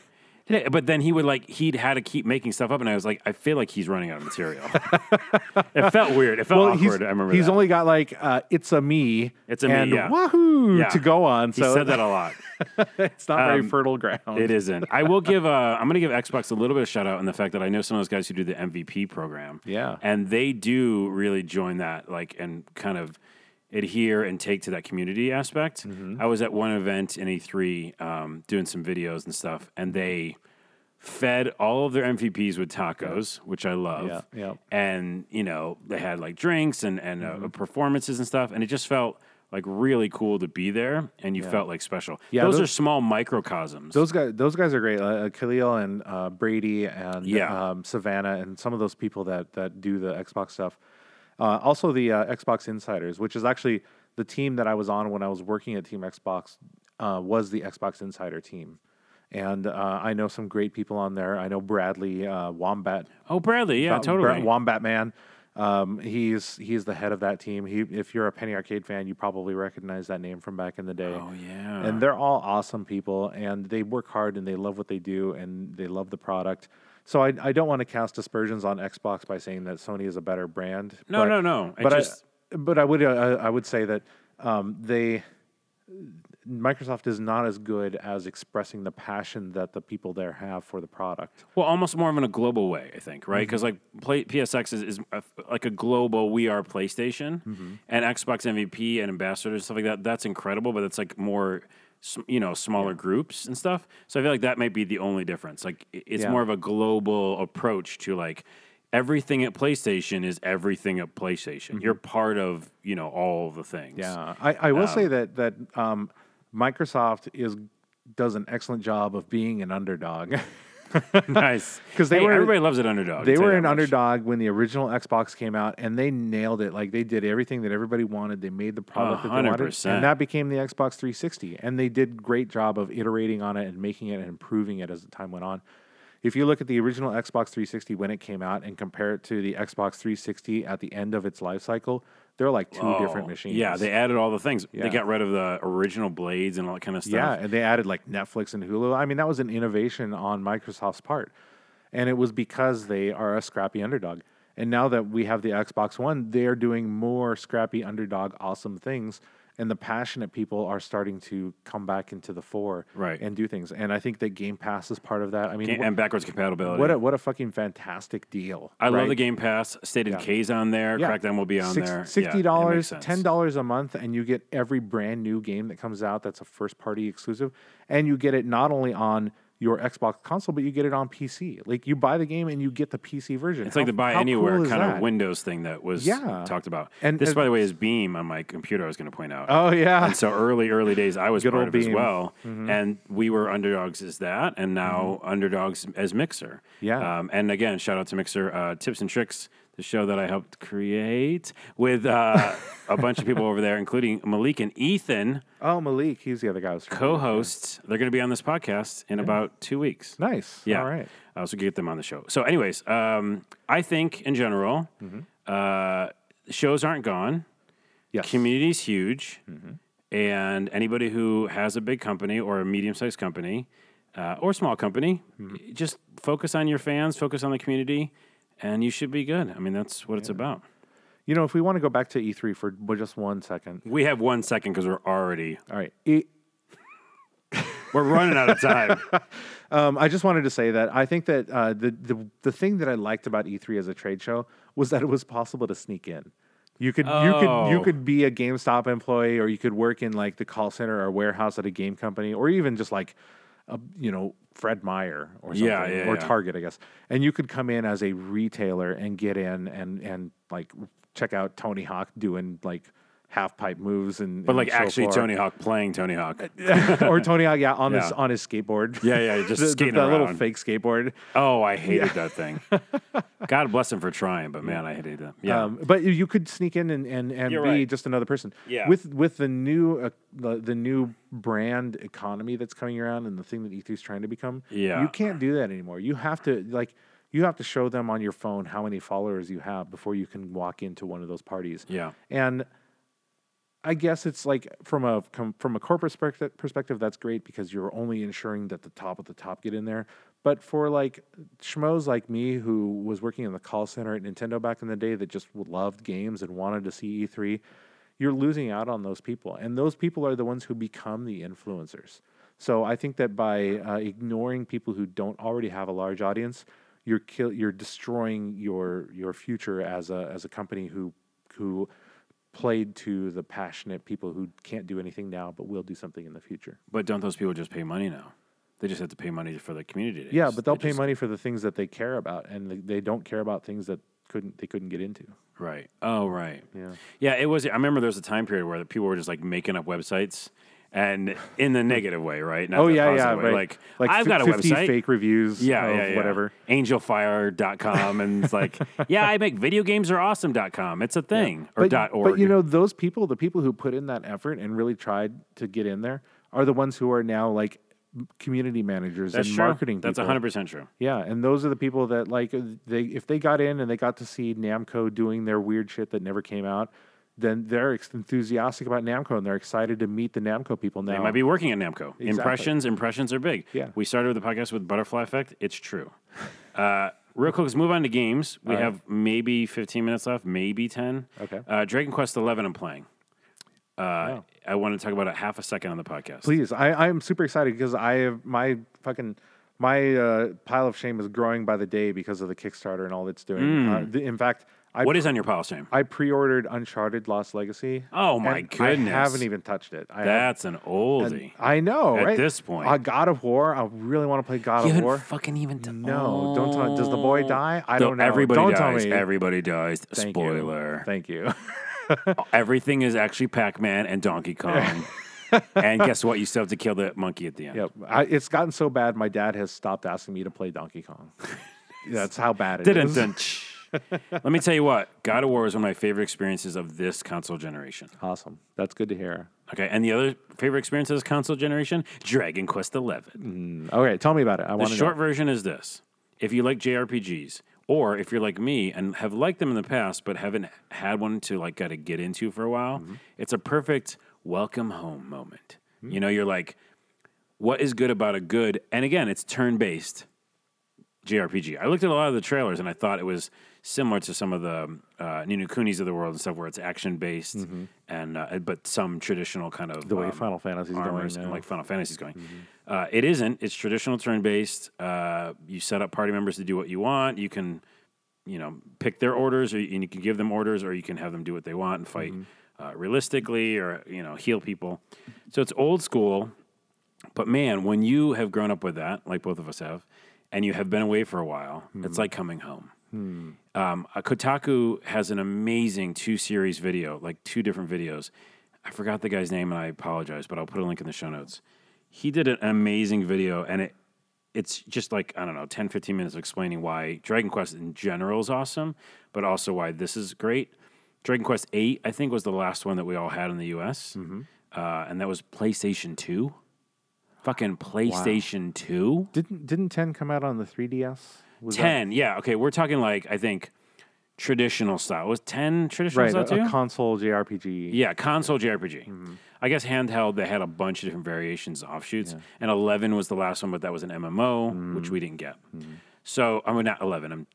Speaker 1: Yeah, But then he would like he'd had to keep making stuff up, and I was like, I feel like he's running out of material. it felt weird. It felt
Speaker 2: Well,
Speaker 1: awkward.
Speaker 2: he's,
Speaker 1: I remember
Speaker 2: he's
Speaker 1: that.
Speaker 2: only got like uh, "It's a Me,"
Speaker 1: It's a Me,
Speaker 2: and
Speaker 1: yeah.
Speaker 2: "Wahoo"
Speaker 1: Yeah.
Speaker 2: to go on.
Speaker 1: he
Speaker 2: So
Speaker 1: said that a lot.
Speaker 2: it's not very
Speaker 1: um,
Speaker 2: fertile ground.
Speaker 1: It isn't. I will give. Uh, I'm going to give Xbox a little bit of shout out in the fact that I know some of those guys who do the MVP program.
Speaker 2: Yeah.
Speaker 1: and they do really join that, like, and kind of adhere and take to that community aspect.
Speaker 2: Mm-hmm.
Speaker 1: I was at one event in E3 um, doing some videos and stuff, and they fed all of their MVPs with tacos, which I love.
Speaker 2: Yeah, yeah. Mm-hmm.
Speaker 1: And you know they had like drinks and and uh, performances and stuff, and it just felt. Like really cool to be there, and you felt like special.
Speaker 2: Yeah,
Speaker 1: those,
Speaker 2: those-
Speaker 1: are small microcosms.
Speaker 2: Those guys, those guys are great. Uh, Khalil and uh, Brady and
Speaker 1: Yeah.
Speaker 2: um, Savannah and some of those people that that do the Xbox stuff. Uh, also, the uh, Xbox Insiders, which is actually the team that I was on when I was working at Team Xbox, uh, was the Xbox Insider team. And uh, I know some great people on there. I know Bradley uh, Wombat,
Speaker 1: Oh, Bradley, yeah,
Speaker 2: Bra-
Speaker 1: totally.
Speaker 2: Wombat Man. Um, he's he's the head of that team. He, if you're a Penny Arcade fan, you probably recognize that name from back in the day
Speaker 1: oh, yeah.
Speaker 2: and they're all awesome people and they work hard and they love what they do and they love the product so i, I don't want to cast aspersions on xbox by saying that sony is a better brand
Speaker 1: No, no, no. It
Speaker 2: but,
Speaker 1: just-
Speaker 2: I, but i would uh, i would say that um, they microsoft is not as good as expressing the passion that the people there have for the product
Speaker 1: well, almost more of in a global way, I think,
Speaker 2: Mm-hmm.
Speaker 1: right? Because like play, PSX is, is a, like a global. We are PlayStation
Speaker 2: Mm-hmm.
Speaker 1: and Xbox MVP and ambassadors and stuff like that. That's incredible, but it's like more, s- you know, smaller groups and stuff. So I feel like that might be the only difference. Like i- it's
Speaker 2: Yeah.
Speaker 1: more of a global approach to like everything at PlayStation is everything at PlayStation. You're part of you know all the things.
Speaker 2: Mm-hmm. Yeah, I, I will say that that um, Microsoft is does an excellent job of being an underdog.
Speaker 1: nice.
Speaker 2: 'Cause they
Speaker 1: Hey,
Speaker 2: were-
Speaker 1: everybody loves an underdog.
Speaker 2: they
Speaker 1: I'll tell you
Speaker 2: were
Speaker 1: that
Speaker 2: an
Speaker 1: much.
Speaker 2: underdog when the original Xbox came out, and they nailed it. Like they did everything that everybody wanted. They made the product that they wanted,
Speaker 1: 100%.
Speaker 2: and that became the Xbox 360. And they did great job of iterating on it and making it and improving it as the time went on. If you look at the original Xbox 360 when it came out and compare it to the Xbox 360 at the end of its life cycle, they're like two different
Speaker 1: Oh,
Speaker 2: machines.
Speaker 1: Yeah, they added all the things. They
Speaker 2: Yeah.
Speaker 1: got rid of the original blades and all that kind of stuff.
Speaker 2: Yeah, and they added like Netflix and Hulu. I mean, that was an innovation on Microsoft's part. And it was because they are a scrappy underdog. And now that we have the Xbox One, they are doing more scrappy underdog awesome things. And the passionate people are starting to come back into the fore
Speaker 1: Right.
Speaker 2: and do things. And I think that Game Pass is part of that. I mean,
Speaker 1: And,
Speaker 2: wh-
Speaker 1: and backwards compatibility.
Speaker 2: what a, what a fucking fantastic deal.
Speaker 1: I love
Speaker 2: right?
Speaker 1: the Game Pass. Stated K's on there.
Speaker 2: Yeah.
Speaker 1: Crackdown will be on
Speaker 2: Six-
Speaker 1: there. Yeah,
Speaker 2: Sixty
Speaker 1: it
Speaker 2: dollars,
Speaker 1: makes
Speaker 2: ten
Speaker 1: sense.
Speaker 2: dollars a month, and you get every brand new game that comes out that's a first party exclusive, and you get it not only on your Xbox console, but you get it on PC. Like you buy the game and you get the PC version.
Speaker 1: It's like the buy anywhere kind of
Speaker 2: win.
Speaker 1: Windows thing that was
Speaker 2: Yeah.
Speaker 1: talked about. And
Speaker 2: And-
Speaker 1: this,
Speaker 2: and-
Speaker 1: by the way, is Beam on my computer. I was going to point out.
Speaker 2: Oh yeah,
Speaker 1: And so early, early days, I was
Speaker 2: Good
Speaker 1: part
Speaker 2: old Mm-hmm.
Speaker 1: of as
Speaker 2: Beam.
Speaker 1: well, and we were underdogs as that, and now underdogs as Mixer.
Speaker 2: Mm-hmm. Yeah.
Speaker 1: Um, and again, shout out to Mixer uh, Tips and Tricks, the show that I helped create with uh, a bunch of people over there, including Malik and Ethan,
Speaker 2: oh Malik, he's the other guy. who's-
Speaker 1: co-hosts. They're going to be on this podcast in about two weeks.
Speaker 2: Nice.
Speaker 1: Yeah.
Speaker 2: All right.
Speaker 1: Uh, so get them on the show. So, anyways, um, I think in general,
Speaker 2: Mm-hmm.
Speaker 1: uh, shows aren't gone.
Speaker 2: Yes.
Speaker 1: Community is huge,
Speaker 2: Mm-hmm.
Speaker 1: and anybody who has a big company or a medium-sized company uh, or small company,
Speaker 2: Mm-hmm.
Speaker 1: just focus on your fans, focus on the community, and you should be good. I mean, that's what it's about.
Speaker 2: you know, if we want to go back to E3 for just one second.
Speaker 1: We have one second because we're already
Speaker 2: All right. E-
Speaker 1: we're running out of time.
Speaker 2: Um, I just wanted to say that I think that uh, the, the the thing that I liked about E3 as a trade show was that it was possible to sneak in. You could you could
Speaker 1: Oh.
Speaker 2: you could be a GameStop employee, or you could work in like the call center or warehouse at a game company, or even just like a, you know, Fred Meyer or something,
Speaker 1: Yeah, yeah,
Speaker 2: or
Speaker 1: yeah.
Speaker 2: Target, I guess. And you could come in as a retailer and get in and and like check out Tony Hawk doing like half pipe moves and
Speaker 1: But
Speaker 2: and
Speaker 1: like
Speaker 2: so Uh,
Speaker 1: actually
Speaker 2: forth.
Speaker 1: Tony Hawk playing Tony Hawk.
Speaker 2: or Tony Hawk, yeah, on
Speaker 1: Yeah.
Speaker 2: his on his skateboard.
Speaker 1: Yeah, yeah, just
Speaker 2: the, the-
Speaker 1: skating
Speaker 2: that little
Speaker 1: around.
Speaker 2: fake skateboard.
Speaker 1: Oh, I hated that thing. God bless him for trying, but man, I hated that. Yeah.
Speaker 2: Um, but you- you could sneak in and and, and be
Speaker 1: You're right.
Speaker 2: just another person.
Speaker 1: Yeah.
Speaker 2: With with the new uh, the, the new brand economy that's coming around and the thing that E3 is trying to become.
Speaker 1: Yeah.
Speaker 2: You can't do that anymore. You have to like you have to show them on your phone how many followers you have before you can walk into one of those parties.
Speaker 1: yeah.
Speaker 2: And I guess it's like from a com, from a corporate perspective, perspective, that's great because you're only ensuring that the top of the top get in there. But for like schmoes like me who was working in the call center at Nintendo back in the day that just loved games and wanted to see E3, you're losing out on those people, and those people are the ones who become the influencers. So I think that by uh, ignoring people who don't already have a large audience, you're kill, you're destroying your your future as a as a company who who played to the passionate people who can't do anything now but will do something in the future.
Speaker 1: But don't those people just pay money now? They just have to pay money for the community days.
Speaker 2: Yeah, but they'll pay
Speaker 1: just-
Speaker 2: money for the things that they care about, and they, they don't care about things that couldn't they couldn't get into.
Speaker 1: Right. Oh, right.
Speaker 2: Yeah.
Speaker 1: Yeah, it was. I remember there was a time period where the people were just like making up websites and in the negative way, right? Not
Speaker 2: Oh
Speaker 1: the
Speaker 2: yeah, yeah,
Speaker 1: positive way.
Speaker 2: right.
Speaker 1: Like, I've
Speaker 2: fif-
Speaker 1: got a
Speaker 2: 50
Speaker 1: website.
Speaker 2: fake reviews,
Speaker 1: yeah,
Speaker 2: of
Speaker 1: yeah, yeah.
Speaker 2: whatever.
Speaker 1: Angelfire.com and it's like, yeah, I make video games are awesome.com. It's a thing. Or
Speaker 2: but,
Speaker 1: dot
Speaker 2: but
Speaker 1: org.
Speaker 2: you know, those people, the people who put in that effort and really tried to get in there, are the ones who are now like m- community managers
Speaker 1: That's
Speaker 2: and
Speaker 1: true.
Speaker 2: marketing
Speaker 1: That's
Speaker 2: people.
Speaker 1: 100% true.
Speaker 2: Yeah, and those are the people that like uh, they if they got in and they got to see Namco doing their weird shit that never came out, then they're ex- enthusiastic about Namco and they're excited to meet the Namco people now.
Speaker 1: They might be working at Namco. Impressions, impressions are big.
Speaker 2: Oh. Yeah.
Speaker 1: We started the podcast with Butterfly Effect. It's true. Uh, real quick, let's move on to games. We have maybe 15 minutes left, maybe 10.
Speaker 2: Okay.
Speaker 1: Uh, Dragon Quest 11 I'm playing. Uh, I want to talk about it half a second on the podcast.
Speaker 2: Please, I I'm super excited because I have my fucking my uh, pile of shame is growing by the day because of the Kickstarter and all it's doing. Uh, the, in fact, I
Speaker 1: Hmm. What is on your pile, Sam?
Speaker 2: I pre-ordered Uncharted Lost Legacy.
Speaker 1: Oh my
Speaker 2: and
Speaker 1: goodness.
Speaker 2: I haven't even touched it. I have-
Speaker 1: That's an oldie.
Speaker 2: I know,
Speaker 1: At
Speaker 2: right?
Speaker 1: this point.
Speaker 2: uh, God of War. I really want to play God
Speaker 1: You
Speaker 2: of
Speaker 1: haven't
Speaker 2: War.
Speaker 1: fucking even. T-
Speaker 2: No, don't tell. Does the boy die? I
Speaker 1: No,
Speaker 2: don't know.
Speaker 1: Oh. Everybody
Speaker 2: don't
Speaker 1: dies.
Speaker 2: tell me.
Speaker 1: Everybody dies.
Speaker 2: Thank you.
Speaker 1: Spoiler.
Speaker 2: Thank you.
Speaker 1: Everything is actually Pac Man and Donkey Kong. and guess what? You still have to kill the monkey at the end.
Speaker 2: yep. I, it's gotten so bad. My dad has stopped asking me to play Donkey Kong. That's how bad it is.
Speaker 1: Dun, dun, tsh. Let me tell you what God of War is one of my favorite experiences of this console generation.
Speaker 2: Awesome. That's good to hear.
Speaker 1: Okay. And the other favorite experience of this console generation Dragon Quest 11.
Speaker 2: Okay, tell me about it. I
Speaker 1: The
Speaker 2: want to
Speaker 1: short version is this if you like JRPGs, or if you're like me and have liked them in the past but haven't had one to like got to get into for a while,
Speaker 2: Mm-hmm.
Speaker 1: it's a perfect welcome home moment.
Speaker 2: Hmm.
Speaker 1: You know, you're like, what is good about a good, and again, it's turn based. JRPG. I looked at a lot of the trailers and I thought it was similar to some of the uh, Nino Kunis of the world and stuff, where it's action based and uh, but some traditional kind of
Speaker 2: know Mm-hmm. the way
Speaker 1: um,
Speaker 2: Final Fantasy's going.
Speaker 1: armors
Speaker 2: now.
Speaker 1: and like Final Fantasy's going. Uh, it isn't. It's traditional turn based. Uh, you set up party members to do what you want. You can, you know, pick their orders, or and you can give them orders, or you can have them do what they want and fight uh, realistically, or you know, heal people. So it's old school. But man, when you have grown up with that, like both of us have, and you have been away for a while, it's like coming home. Um, uh, Kotaku has an amazing two series video, like two different videos. I forgot the guy's name and I apologize, but I'll put a link in the show notes. He did an amazing video and it it's just like, I don't know, 10, 15 minutes of explaining why Dragon Quest in general is awesome, but also why this is great. Dragon Quest Eight, I think, was the last one that we all had in the US. Uh, and that was PlayStation 2. Fucking PlayStation 2?
Speaker 2: didn't didn't ten come out on the 3ds? Was that-
Speaker 1: 10 yeah okay we're talking like i think traditional style was 10 traditional
Speaker 2: right?
Speaker 1: style too
Speaker 2: A, Mm-hmm. a console JRPG.
Speaker 1: yeah console jrpg i guess handheld they had a bunch of different variations offshoots and 11 was the last one but that was an mmo
Speaker 2: Mm.
Speaker 1: which we didn't get so i mean not 11 i'm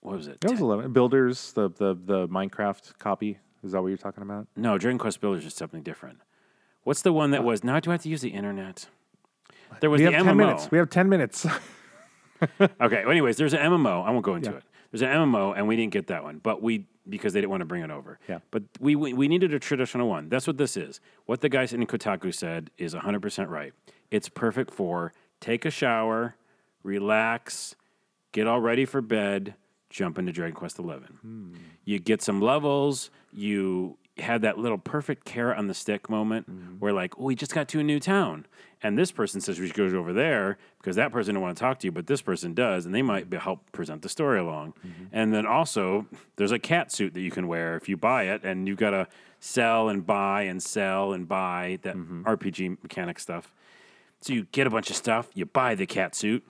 Speaker 1: what was it
Speaker 2: Mm-hmm. That was eleven. Builders, the the the Minecraft copy. Is that what you're talking about?
Speaker 1: no dragon quest builders is something different what's the one that was now do i have to use the internet there was
Speaker 2: Uh, We
Speaker 1: the
Speaker 2: have
Speaker 1: mmo
Speaker 2: ten minutes. We have ten minutes.
Speaker 1: Okay. Well, anyways, there's an MMO. I won't go into it. There's an MMO, and we didn't get that one, but we because they didn't want to bring it over.
Speaker 2: Yeah.
Speaker 1: But we we, we needed a traditional one. That's what this is. What the guys in Kotaku said is 100 percent right. It's perfect for take a shower, relax, get all ready for bed, jump into Dragon Quest Eleven. You get some levels. You had that little perfect carrot on the stick moment where like, oh, we just got to a new town, and this person says we should go over there because that person don't want to talk to you, but this person does, and they might be, help present the story along. And then also, there's a cat suit that you can wear if you buy it, and you gotta sell and buy and sell and buy that RPG mechanic stuff. So you get a bunch of stuff, you buy the cat suit,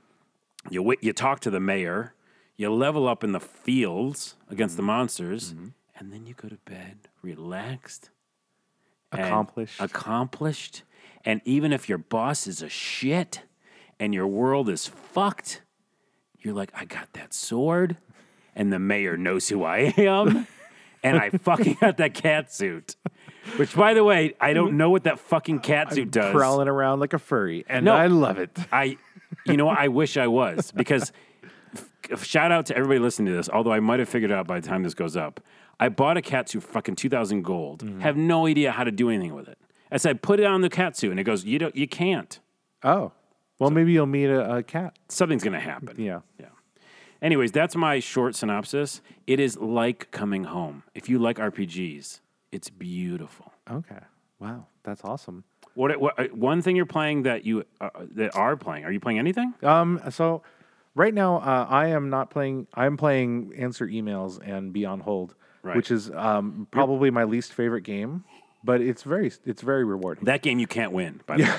Speaker 1: you wait, you talk to the mayor, you level up in the fields against the monsters, and then you go to bed relaxed, and
Speaker 2: Accomplished.
Speaker 1: accomplished, and even if your boss is a shit and your world is fucked, you're like, I got that sword, and the mayor knows who I am. And I fucking got that cat suit, which, by the way, I don't know what that fucking cat suit does.
Speaker 2: Crawling around like a furry, and
Speaker 1: No.
Speaker 2: I love it.
Speaker 1: I, you know, what? I wish I was because f- shout out to everybody listening to this. Although I might have figured it out by the time this goes up, I bought a Katsu for fucking two thousand gold. Have no idea how to do anything with it. I said, put it on the Katsu, and it goes, you don't, you can't.
Speaker 2: Oh, well, maybe you'll meet a, a cat.
Speaker 1: Something's gonna happen.
Speaker 2: Yeah.
Speaker 1: Yeah. Anyways, that's my short synopsis. It is like coming home. If you like RPGs, it's beautiful.
Speaker 2: Okay. Wow, that's awesome.
Speaker 1: What, what one thing you're playing that you uh, that are playing? Are you playing anything?
Speaker 2: Um, so right now, uh, I am not playing. I'm playing answer emails and be on hold,
Speaker 1: Right.
Speaker 2: which is um, probably my least favorite game, but it's very it's very rewarding.
Speaker 1: That game you can't win. By the way,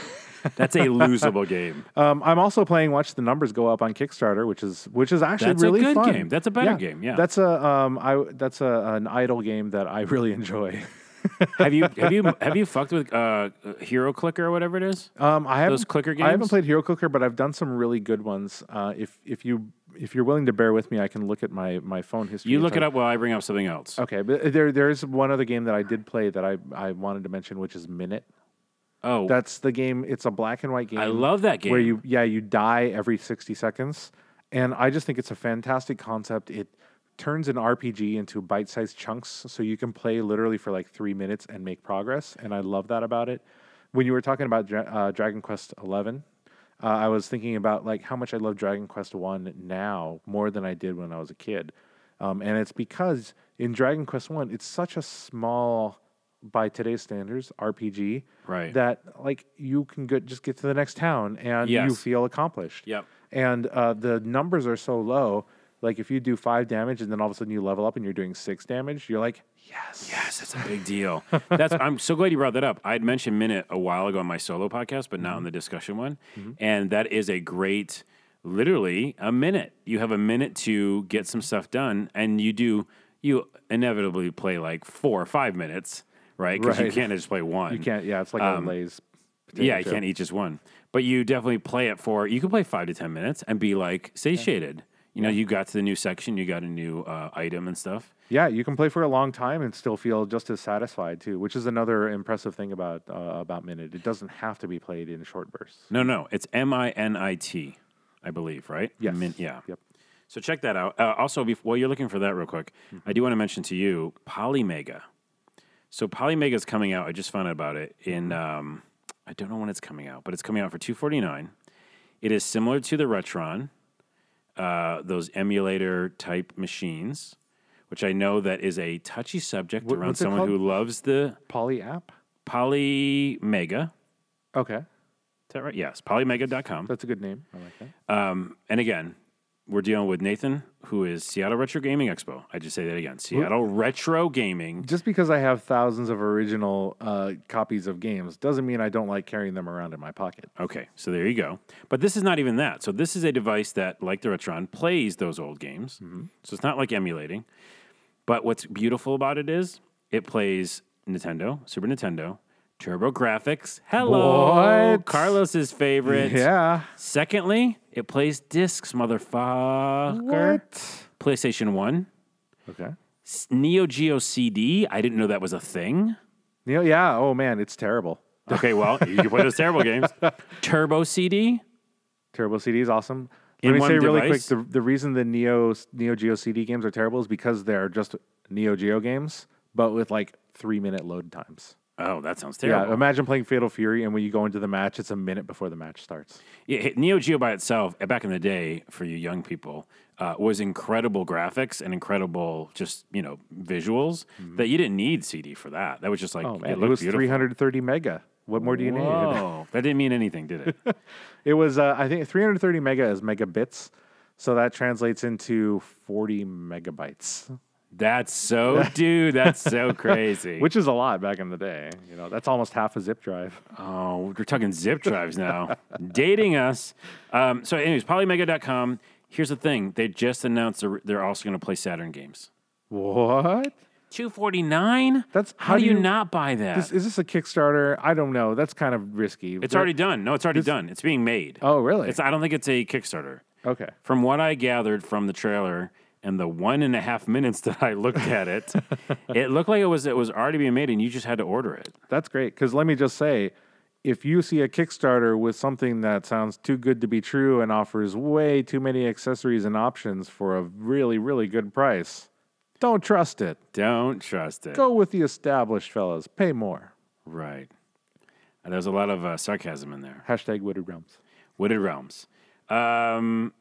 Speaker 1: that's a losable game.
Speaker 2: Um, I'm also playing Watch the Numbers Go Up on Kickstarter, which is which is actually
Speaker 1: That's a
Speaker 2: really
Speaker 1: good
Speaker 2: fun.
Speaker 1: game. That's a better game, yeah.
Speaker 2: that's a um, I that's a an idle game that I really enjoy.
Speaker 1: have you have you have you fucked with uh, Hero Clicker or whatever it is?
Speaker 2: Um, I haven't,
Speaker 1: Those clicker
Speaker 2: I haven't
Speaker 1: games?
Speaker 2: played Hero Clicker, but I've done some really good ones. Uh, if if you if you're willing to bear with me, I can look at my my phone history.
Speaker 1: You
Speaker 2: and
Speaker 1: look
Speaker 2: tell
Speaker 1: it up while I bring up something else.
Speaker 2: Okay, but uh, there there is one other game that I did play that I, I wanted to mention, which is Minute.
Speaker 1: Oh,
Speaker 2: That's the game. It's a black and white game.
Speaker 1: I love that game.
Speaker 2: where you yeah you die every sixty seconds, and I just think it's a fantastic concept. It turns an RPG into bite sized chunks, so you can play literally for like three minutes and make progress. And I love that about it. When you were talking about Dra- uh, Dragon Quest Eleven. Uh, I was thinking about like how much I love Dragon Quest One now more than I did when I was a kid, um, and it's because in Dragon Quest One, it's such a small, by today's standards, RPG.
Speaker 1: Right.
Speaker 2: That like you can go, just get to the next town and you
Speaker 1: Yes.
Speaker 2: feel accomplished.
Speaker 1: Yep.
Speaker 2: And uh, the numbers are so low. Like if you do five damage and then all of a sudden you level up and you're doing six damage, you're like, yes.
Speaker 1: Yes, that's a big deal. That's I'm so glad you brought that up. I had mentioned Minute a while ago on my solo podcast,
Speaker 2: Mm-hmm.
Speaker 1: but not on the discussion one. And that is a great, literally a minute. You have a minute to get some stuff done, and you do. You inevitably play like four or five minutes, right? Because you
Speaker 2: Right.
Speaker 1: can't just play one.
Speaker 2: You can't. Yeah, it's like a lays. potato
Speaker 1: Um, Yeah, you
Speaker 2: chip.
Speaker 1: can't e eat just one. But you definitely play it for, you can play five to 10 minutes and be like satiated. You know, you got to the new section, you got a new uh, item and stuff.
Speaker 2: Yeah, you can play for a long time and still feel just as satisfied too, which is another impressive thing about uh, about Minute. It doesn't have to be played in short bursts.
Speaker 1: No, no, it's M I N I T, I believe, right?
Speaker 2: Yes.
Speaker 1: Min- yeah.
Speaker 2: Yep.
Speaker 1: So check that out. Uh, also, bef- while you're looking for that, real quick,
Speaker 2: Hmm.
Speaker 1: I do want to mention to you Polymega. So Polymega is coming out. I just found out about it in.
Speaker 2: Mm-hmm.
Speaker 1: Um, I don't know when it's coming out, but it's coming out for two forty nine. It is similar to the Retron, uh, those emulator type machines, which I know that is a touchy subject
Speaker 2: What-
Speaker 1: around
Speaker 2: what's it
Speaker 1: someone who loves the
Speaker 2: Poly app.
Speaker 1: Polymega.
Speaker 2: Okay,
Speaker 1: Is that right? Yes, polymega.com.
Speaker 2: that's a good name. I like that.
Speaker 1: Um, and again, we're dealing with Nathan, who is Seattle Retro Gaming Expo. I just say that again Seattle Retro Gaming.
Speaker 2: Just because I have thousands of original uh, copies of games doesn't mean I don't like carrying them around in my pocket.
Speaker 1: Okay, so there you go. But this is not even that. So this is a device that, like the Retron, plays those old games.
Speaker 2: Mm-hmm.
Speaker 1: So it's not like emulating. But what's beautiful about it is it plays Nintendo, Super Nintendo, Turbo Graphics. Hello,
Speaker 2: What?
Speaker 1: Carlos's favorite.
Speaker 2: Yeah.
Speaker 1: Secondly, it plays discs, motherfucker. PlayStation One,
Speaker 2: Okay.
Speaker 1: S- Neo Geo CD. I didn't know that was a thing.
Speaker 2: Neil, yeah. Oh man, it's terrible.
Speaker 1: Okay, well, you can play those terrible games. Turbo CD.
Speaker 2: Turbo CD is awesome.
Speaker 1: In
Speaker 2: Let me
Speaker 1: one
Speaker 2: say really quick:
Speaker 1: device?
Speaker 2: the, the reason the Neo Neo Geo CD games are terrible is because they're just Neo Geo games, but with like three minute load times.
Speaker 1: Oh, that sounds
Speaker 2: Yeah, um,
Speaker 1: terrible.
Speaker 2: imagine playing Fatal Fury, and when you go into the match, it's a minute before the match starts.
Speaker 1: Yeah, hey, Neo Geo by itself, uh, back in the day for you young people, uh, was incredible graphics and incredible just you know visuals that you didn't need CD for that. That was just like
Speaker 2: Mm-hmm. Oh man,
Speaker 1: it
Speaker 2: it,
Speaker 1: looked
Speaker 2: was
Speaker 1: beautiful.
Speaker 2: 330 mega. What more do you need?
Speaker 1: Whoa, that didn't mean anything, did it?
Speaker 2: It was, uh, I think, 330 mega is megabits, so that translates into 40 megabytes,
Speaker 1: That's so, dude. That's so crazy.
Speaker 2: which is a lot back in the day. You know, that's almost half a zip drive.
Speaker 1: Oh, we're talking zip drives now. Dating us. Um, so, anyways, polymega.com. Here's the thing they just announced they're, they're also going to play Saturn games.
Speaker 2: What?
Speaker 1: 249
Speaker 2: That's-
Speaker 1: how, do you, not buy that?
Speaker 2: Is, is this a Kickstarter? I don't know. That's kind of risky.
Speaker 1: it's already done. No, it's already done. It's being made.
Speaker 2: Oh, really?
Speaker 1: It's, I don't think it's a Kickstarter.
Speaker 2: okay.
Speaker 1: From what I gathered from the trailer and the one and a half minutes that I looked at it, it looked like it was it was already being made and you just had to order it.
Speaker 2: That's great. Because let me just say, if you see a Kickstarter with something that sounds too good to be true and offers way too many accessories and options for a really, really good price, don't trust it.
Speaker 1: Don't trust it.
Speaker 2: Go with the established fellas. Pay more.
Speaker 1: Right. And There's a lot of uh, sarcasm in there.
Speaker 2: Hashtag Wooded Realms.
Speaker 1: Wooded Realms. Um,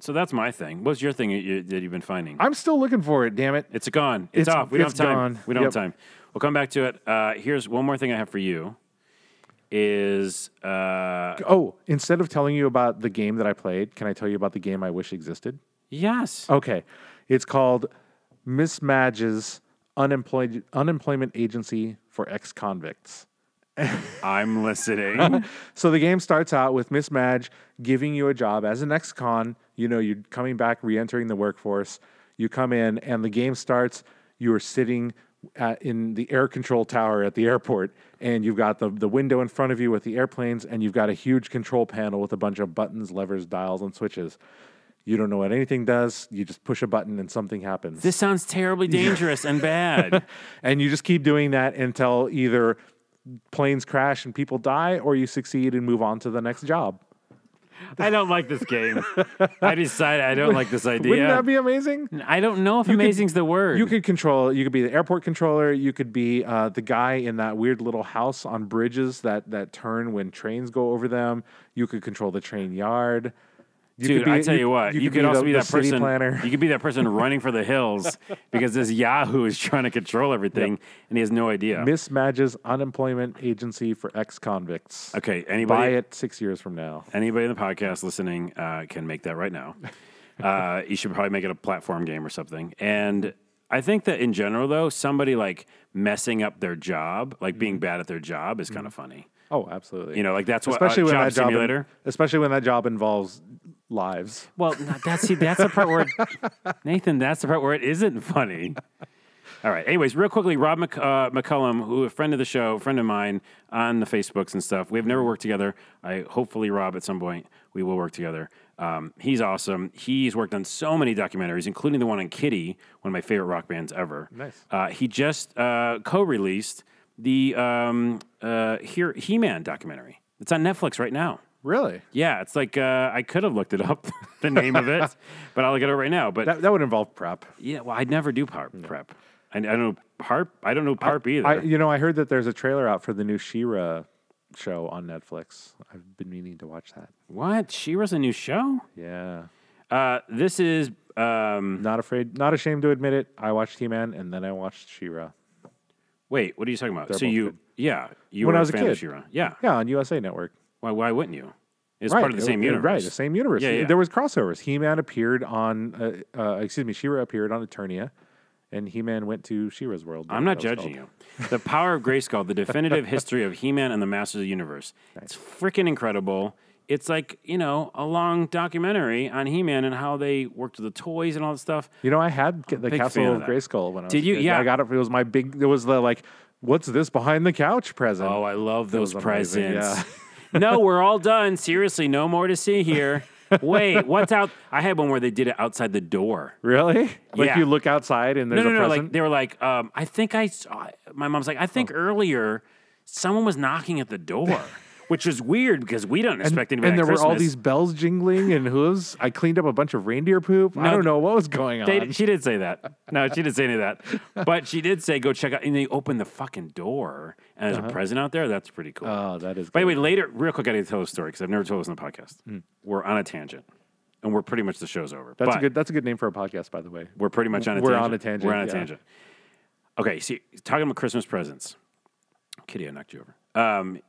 Speaker 1: so that's my thing. What's your thing that, you, that you've been finding?
Speaker 2: I'm still looking for it, damn it.
Speaker 1: it's gone. It's,
Speaker 2: It's-
Speaker 1: off. We don't
Speaker 2: it's
Speaker 1: have time.
Speaker 2: gone.
Speaker 1: We don't
Speaker 2: Yep.
Speaker 1: have time. We'll come back to it. Uh, here's one more thing I have for you. Is uh,
Speaker 2: Oh, instead of telling you about the game that I played, can I tell you about the game I wish existed?
Speaker 1: yes.
Speaker 2: Okay. It's called Miss Madge's Unemployed Unemployment Agency for Ex Convicts.
Speaker 1: I'm listening.
Speaker 2: So the game starts out with Miss Madge giving you a job as an ex con. You know, you're coming back, re entering the workforce. You come in, and the game starts. You are sitting at, in the air control tower at the airport, and you've got the, the window in front of you with the airplanes, and you've got a huge control panel with a bunch of buttons, levers, dials, and switches. You don't know what anything does. You just push a button, and something happens
Speaker 1: this sounds terribly dangerous and bad.
Speaker 2: and you just keep doing that until either planes crash and people die or you succeed and move on to the next job.
Speaker 1: I don't like this game. I decide I don't like this idea.
Speaker 2: Wouldn't that be amazing?
Speaker 1: I don't know if amazing's the word.
Speaker 2: You could control, you could be the airport controller, you could be uh, the guy in that weird little house on bridges that, that turn when trains go over them, you could control the train yard. You
Speaker 1: Dude,
Speaker 2: could be-
Speaker 1: I tell you what, you, could,
Speaker 2: the-
Speaker 1: also be
Speaker 2: the
Speaker 1: that
Speaker 2: city
Speaker 1: person.
Speaker 2: planner.
Speaker 1: You could be that person running for the hills because this Yahoo is trying to control everything and he has no idea.
Speaker 2: Miss Madge's unemployment agency for ex convicts.
Speaker 1: Okay,
Speaker 2: Buy
Speaker 1: anybody,
Speaker 2: it six years from now.
Speaker 1: anybody in the podcast listening uh, can make that right now. Uh, you should probably make it a platform game or something. And I think that in general, though, somebody like messing up their job, like
Speaker 2: Mm-hmm.
Speaker 1: being bad at their job, is kind of funny.
Speaker 2: Oh, absolutely.
Speaker 1: You know, like that's what
Speaker 2: especially
Speaker 1: uh,
Speaker 2: when
Speaker 1: job
Speaker 2: that job
Speaker 1: simulator.
Speaker 2: especially when that job involves lives.
Speaker 1: Well, no, that's see, that's the part where Nathan. That's the part where it isn't funny. All right. Anyways, real quickly, Rob Mc, uh, McCullum, who a friend of the show, friend of mine on the Facebooks and stuff. We have never worked together. I hopefully Rob at some point we will work together. Um, he's awesome. He's worked on so many documentaries, including the one on Kitty, one of my favorite rock bands ever.
Speaker 2: Nice.
Speaker 1: Uh, he just uh, co-released the um, uh, He- He-Man documentary. It's on Netflix right now.
Speaker 2: Really?
Speaker 1: Yeah, it's like uh, I could have looked it up, the name of it, but I'll look it up right now. But
Speaker 2: That, that would involve prep.
Speaker 1: yeah, well, I'd never do PARP prep. I, I don't know PARP. I don't know PARP either.
Speaker 2: I, you know, I heard that there's a trailer out for the new Shira show on Netflix. I've been meaning to watch that.
Speaker 1: what? She was a new show.
Speaker 2: Yeah.
Speaker 1: Uh, this is um,
Speaker 2: Not afraid, not ashamed to admit it. I watched T-Man and then I watched Shira.
Speaker 1: wait. What are you talking about? so
Speaker 2: both
Speaker 1: you,
Speaker 2: good.
Speaker 1: yeah, you
Speaker 2: When
Speaker 1: were
Speaker 2: I was
Speaker 1: a
Speaker 2: a
Speaker 1: fan of
Speaker 2: kid.
Speaker 1: Shira. Yeah.
Speaker 2: Yeah, on USA Network.
Speaker 1: Why? Why wouldn't you? It's part of the
Speaker 2: it-
Speaker 1: same
Speaker 2: it-
Speaker 1: universe.
Speaker 2: Right, the same universe.
Speaker 1: Yeah, yeah.
Speaker 2: There was crossovers. He-Man appeared on, uh, uh, excuse me, Shira appeared on Eternia, and He-Man went to Shira's world.
Speaker 1: I'm not
Speaker 2: That was called.
Speaker 1: judging you. The Power of Grayskull, the definitive history of He-Man and the Masters of the Universe. It's freaking incredible. It's like, you know, a long documentary on He-Man and how they worked with the toys and all that stuff.
Speaker 2: You know, I had the
Speaker 1: big
Speaker 2: Castle
Speaker 1: fan
Speaker 2: of,
Speaker 1: of that.
Speaker 2: Grayskull when I was
Speaker 1: Did
Speaker 2: a
Speaker 1: you?
Speaker 2: kid.
Speaker 1: Yeah.
Speaker 2: I got it. It was my big. It was the like, what's this behind the couch present?
Speaker 1: Oh, I love those
Speaker 2: was amazing,
Speaker 1: presents. no, we're all done. Seriously, no more to see here. Wait, what's out? I had one where they did it outside the door.
Speaker 2: Really? Like
Speaker 1: Yeah.
Speaker 2: you look outside and
Speaker 1: No,
Speaker 2: there's
Speaker 1: no,
Speaker 2: a
Speaker 1: no.
Speaker 2: present. Oh.
Speaker 1: Like they were like, um, I think I saw. My mom's like, I think earlier someone was knocking at the door. which is weird because we don't expect anybody.
Speaker 2: and there
Speaker 1: at
Speaker 2: were all
Speaker 1: Christmas.
Speaker 2: these bells jingling and hooves. I cleaned up a bunch of reindeer poop. I
Speaker 1: No,
Speaker 2: don't know what was going on.
Speaker 1: They- she did say that. No, she didn't say any of that. But she did say, "Go check out." And they opened the fucking door, and
Speaker 2: Uh-huh.
Speaker 1: there's a present out there. That's pretty cool.
Speaker 2: oh, that is.
Speaker 1: By the
Speaker 2: good.
Speaker 1: way, later, real quick, I need to tell a story because I've never told this on the podcast. We're on a tangent, and we're pretty much the show's over.
Speaker 2: Hmm. that's
Speaker 1: but
Speaker 2: a good. That's a good name for a podcast, by the way.
Speaker 1: We're pretty much on a
Speaker 2: We're
Speaker 1: tangent.
Speaker 2: on a tangent,
Speaker 1: We're on a
Speaker 2: yeah.
Speaker 1: tangent. Okay, see, talking about Christmas presents. Kitty, I knocked you over. Um,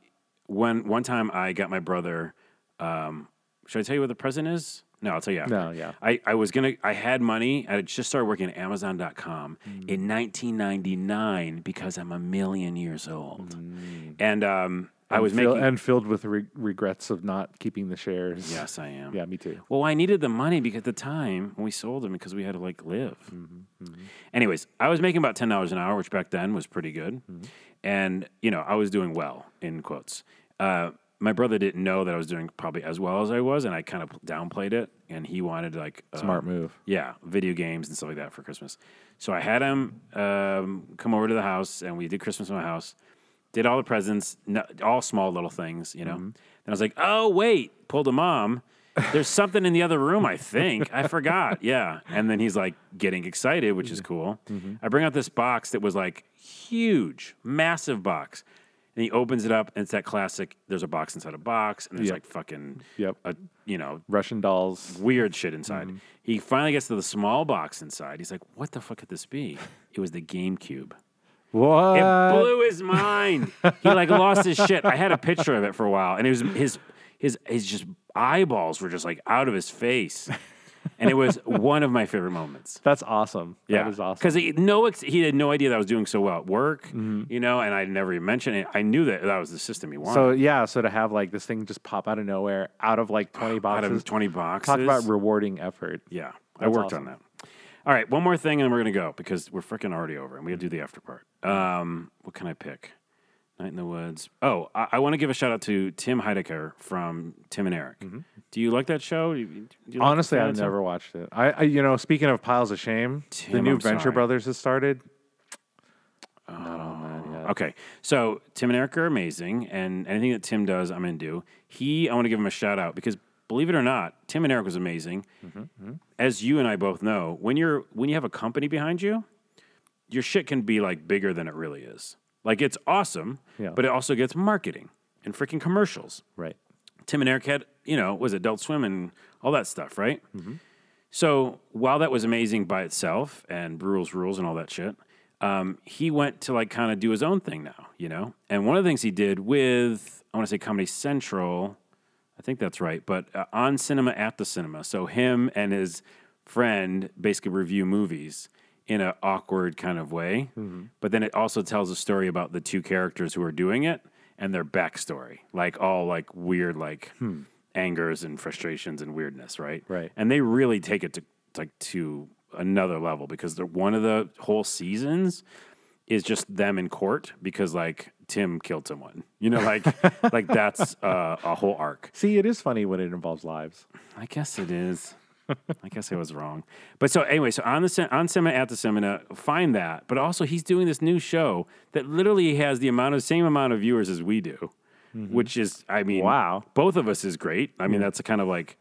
Speaker 1: when one time I got my brother. Um, should I tell you what the present is? No, I'll tell you. After.
Speaker 2: No, yeah.
Speaker 1: I, I was gonna. I had money. I had just started working at Amazon.com
Speaker 2: Mm.
Speaker 1: in 1999 because I'm a million years old, and um, I was
Speaker 2: Fill-
Speaker 1: making.
Speaker 2: Mm. and filled with re- regrets of not keeping the shares.
Speaker 1: yes, I am.
Speaker 2: Yeah, me too.
Speaker 1: Well, I needed the money because at the time we sold them because we had to like live.
Speaker 2: Mm-hmm,
Speaker 1: Anyways, I was making about ten dollars an hour, which back then was pretty good,
Speaker 2: Mm-hmm.
Speaker 1: and you know I was doing well in quotes. Uh, my brother didn't know that I was doing probably as well as I was, and I kind of downplayed it. And he wanted like uh,
Speaker 2: Smart move.
Speaker 1: yeah, video games and stuff like that for Christmas. So I had him um, come over to the house, and we did Christmas in my house. Did all the presents, no, all small little things, you know. And I was like, "Oh wait," pulled a mom. There's something in the other room. I think I forgot. Yeah, and then he's like getting excited, which is cool. I bring out this box that was like huge, massive box, and he opens it up, and it's that classic. There's a box inside a box, and there's
Speaker 2: Yep.
Speaker 1: like fucking
Speaker 2: Yep.
Speaker 1: a you know
Speaker 2: Russian dolls.
Speaker 1: weird shit inside.
Speaker 2: Mm-hmm.
Speaker 1: He finally gets to the small box inside. He's like, "What the fuck could this be?" It was the GameCube.
Speaker 2: What?
Speaker 1: It
Speaker 2: Uh,
Speaker 1: blew his mind. he like lost his shit. I had a picture of it for a while, and it was his his his just eyeballs were just like out of his face, and it was one of my favorite moments.
Speaker 2: That's awesome. That is awesome.
Speaker 1: Because he no ex- he had no idea that I was doing so well at work,
Speaker 2: Mm-hmm.
Speaker 1: you know, and I never even mentioned it. I knew that that was the system he wanted.
Speaker 2: So yeah, so to have like this thing just pop out of nowhere, out of like twenty
Speaker 1: out
Speaker 2: boxes.
Speaker 1: of twenty boxes,
Speaker 2: Talk about rewarding effort.
Speaker 1: Yeah, I worked on that. All right, one more thing, and then we're gonna go because we're freaking already over, and we have to do the after part. Um, what can I pick? Night in the Woods. Oh, I, I want to give a shout out to Tim Heidecker from Tim and Eric. Do you like that show? Do you, do you like
Speaker 2: Honestly,
Speaker 1: that
Speaker 2: I've
Speaker 1: show?
Speaker 2: never watched it. I, I, you know, speaking of piles of shame, the
Speaker 1: Tim,
Speaker 2: new
Speaker 1: I'm
Speaker 2: Venture
Speaker 1: sorry.
Speaker 2: Brothers has started.
Speaker 1: Uh, Okay, so Tim and Eric are amazing, and anything that Tim does, I'm gonna do. He, I want to give him a shout out because believe it or not, Tim and Eric was amazing. As you and I both know, when you're when you have a company behind you, your shit can be like bigger than it really is. Like it's awesome,
Speaker 2: Yeah.
Speaker 1: but it also gets marketing and freaking commercials.
Speaker 2: Right.
Speaker 1: Tim and Eric had, you know, was Adult Swim and all that stuff, right? So while that was amazing by itself and Rules Rules and all that shit, um, he went to like kind of do his own thing now, you know? And one of the things he did with, I want to say Comedy Central, I think that's right, but uh, on cinema at the cinema. So him and his friend basically review movies in an awkward kind of way. But then it also tells a story about the two characters who are doing it and their backstory, like all like weird, like angers and frustrations and weirdness, right?
Speaker 2: Right.
Speaker 1: And they really take it to like to another level because they're one of the whole seasons is just them in court because like Tim killed someone, you know, like like that's uh, a whole arc.
Speaker 2: See, it is funny when it involves lives.
Speaker 1: I guess it is. I guess I was wrong. But so anyway, so on the sem- on seminar at the seminar, find that. But also, he's doing this new show that literally has the amount of same amount of viewers as we do, which is, I mean,
Speaker 2: Mm-hmm. Wow.
Speaker 1: both of us is great. I mean, that's a kind of like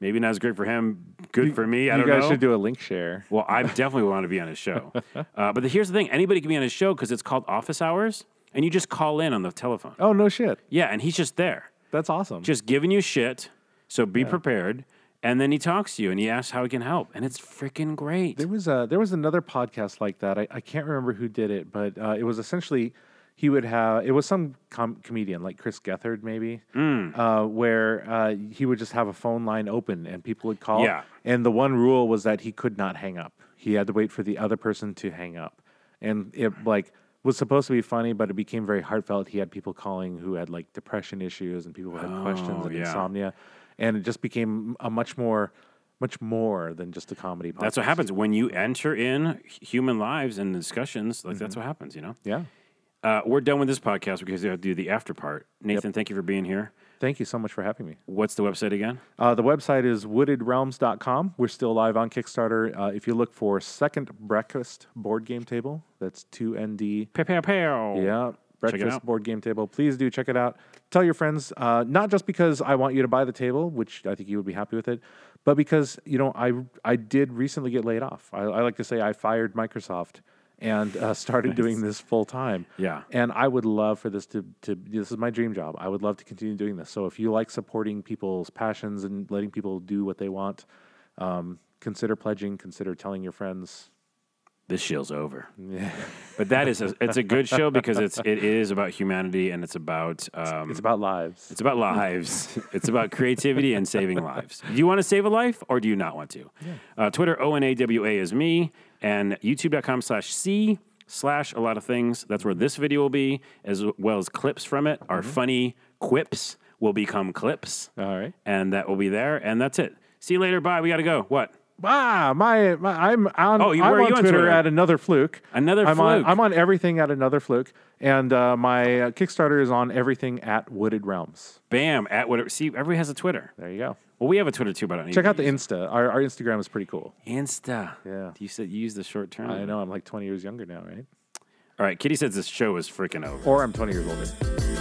Speaker 1: maybe not as great for him, good for me. I
Speaker 2: you
Speaker 1: don't
Speaker 2: guys
Speaker 1: know.
Speaker 2: should do a link share.
Speaker 1: Well, I definitely want to be on his show. Uh, but the, here's the thing: anybody can be on his show because it's called Office Hours, and you just call in on the telephone.
Speaker 2: Oh no shit.
Speaker 1: Yeah, and he's just there
Speaker 2: That's awesome.
Speaker 1: just giving you shit. So be prepared. And then he talks to you and he asks how he can help. And it's freaking great.
Speaker 2: There was a there was another podcast like that. I, I can't remember who did it, but uh, it was essentially he would have it was some com- comedian like Chris Gethard maybe,
Speaker 1: Mm.
Speaker 2: uh, where uh, he would just have a phone line open and people would call.
Speaker 1: Yeah.
Speaker 2: And the one rule was that he could not hang up. He had to wait for the other person to hang up, and it like was supposed to be funny, but it became very heartfelt. He had people calling who had like depression issues and people who had questions and
Speaker 1: Oh, yeah.
Speaker 2: insomnia, and it just became a much more. Much more than just a comedy podcast.
Speaker 1: That's what happens when you enter in h- human lives and discussions. Like, that's what happens, you know?
Speaker 2: Yeah.
Speaker 1: Uh, we're done with this podcast because we have to do the after part. Nathan, thank you for being here.
Speaker 2: Thank you so much for having me.
Speaker 1: What's the website again?
Speaker 2: Uh, the website is woodedrealms.com. We're still live on Kickstarter. Uh, if you look for Second Breakfast Board Game Table, that's 2ND.
Speaker 1: Pew, pew, pew.
Speaker 2: Yeah. Breakfast
Speaker 1: out.
Speaker 2: board game table. Please do check it out. Tell your friends, uh, not just because I want you to buy the table, which I think you would be happy with it, but because you know I I did recently get laid off. I, I like to say I fired Microsoft and uh, started doing this full time.
Speaker 1: Yeah.
Speaker 2: and I would love for this to to this is my dream job. I would love to continue doing this. So if you like supporting people's passions and letting people do what they want, um, consider pledging. Consider telling your friends.
Speaker 1: This show's over. But that is a, it's a good show because it's it is about humanity and it's about um,
Speaker 2: It's about lives.
Speaker 1: It's about lives. it's about creativity and saving lives. Do you want to save a life or do you not want to? Uh, Twitter, ONAWA is me, and youtube.com slash C slash a lot of things. That's where this video will be, as well as clips from it. Our funny quips will become clips,
Speaker 2: Mm-hmm. All right.
Speaker 1: and that will be there. And that's it. See you later. Bye. We got to go. What?
Speaker 2: Ah, my, my I'm on.
Speaker 1: Oh, you-
Speaker 2: I'm
Speaker 1: where are
Speaker 2: on
Speaker 1: you on
Speaker 2: Twitter,
Speaker 1: Twitter?
Speaker 2: at another fluke.
Speaker 1: Another
Speaker 2: I'm on,
Speaker 1: Fluke.
Speaker 2: I'm on everything at another fluke, and uh, my uh, Kickstarter is on everything at Wooded Realms.
Speaker 1: Bam. At whatever. See, everybody has a Twitter.
Speaker 2: There you go.
Speaker 1: Well, we have a Twitter too, but I don't
Speaker 2: Check out the Insta. Our, our Instagram is pretty cool.
Speaker 1: Insta.
Speaker 2: Yeah.
Speaker 1: You said you use the short term.
Speaker 2: I know I'm like 20 years younger now, right?
Speaker 1: All right. Kitty says this show is freaking over.
Speaker 2: Or I'm 20 years older.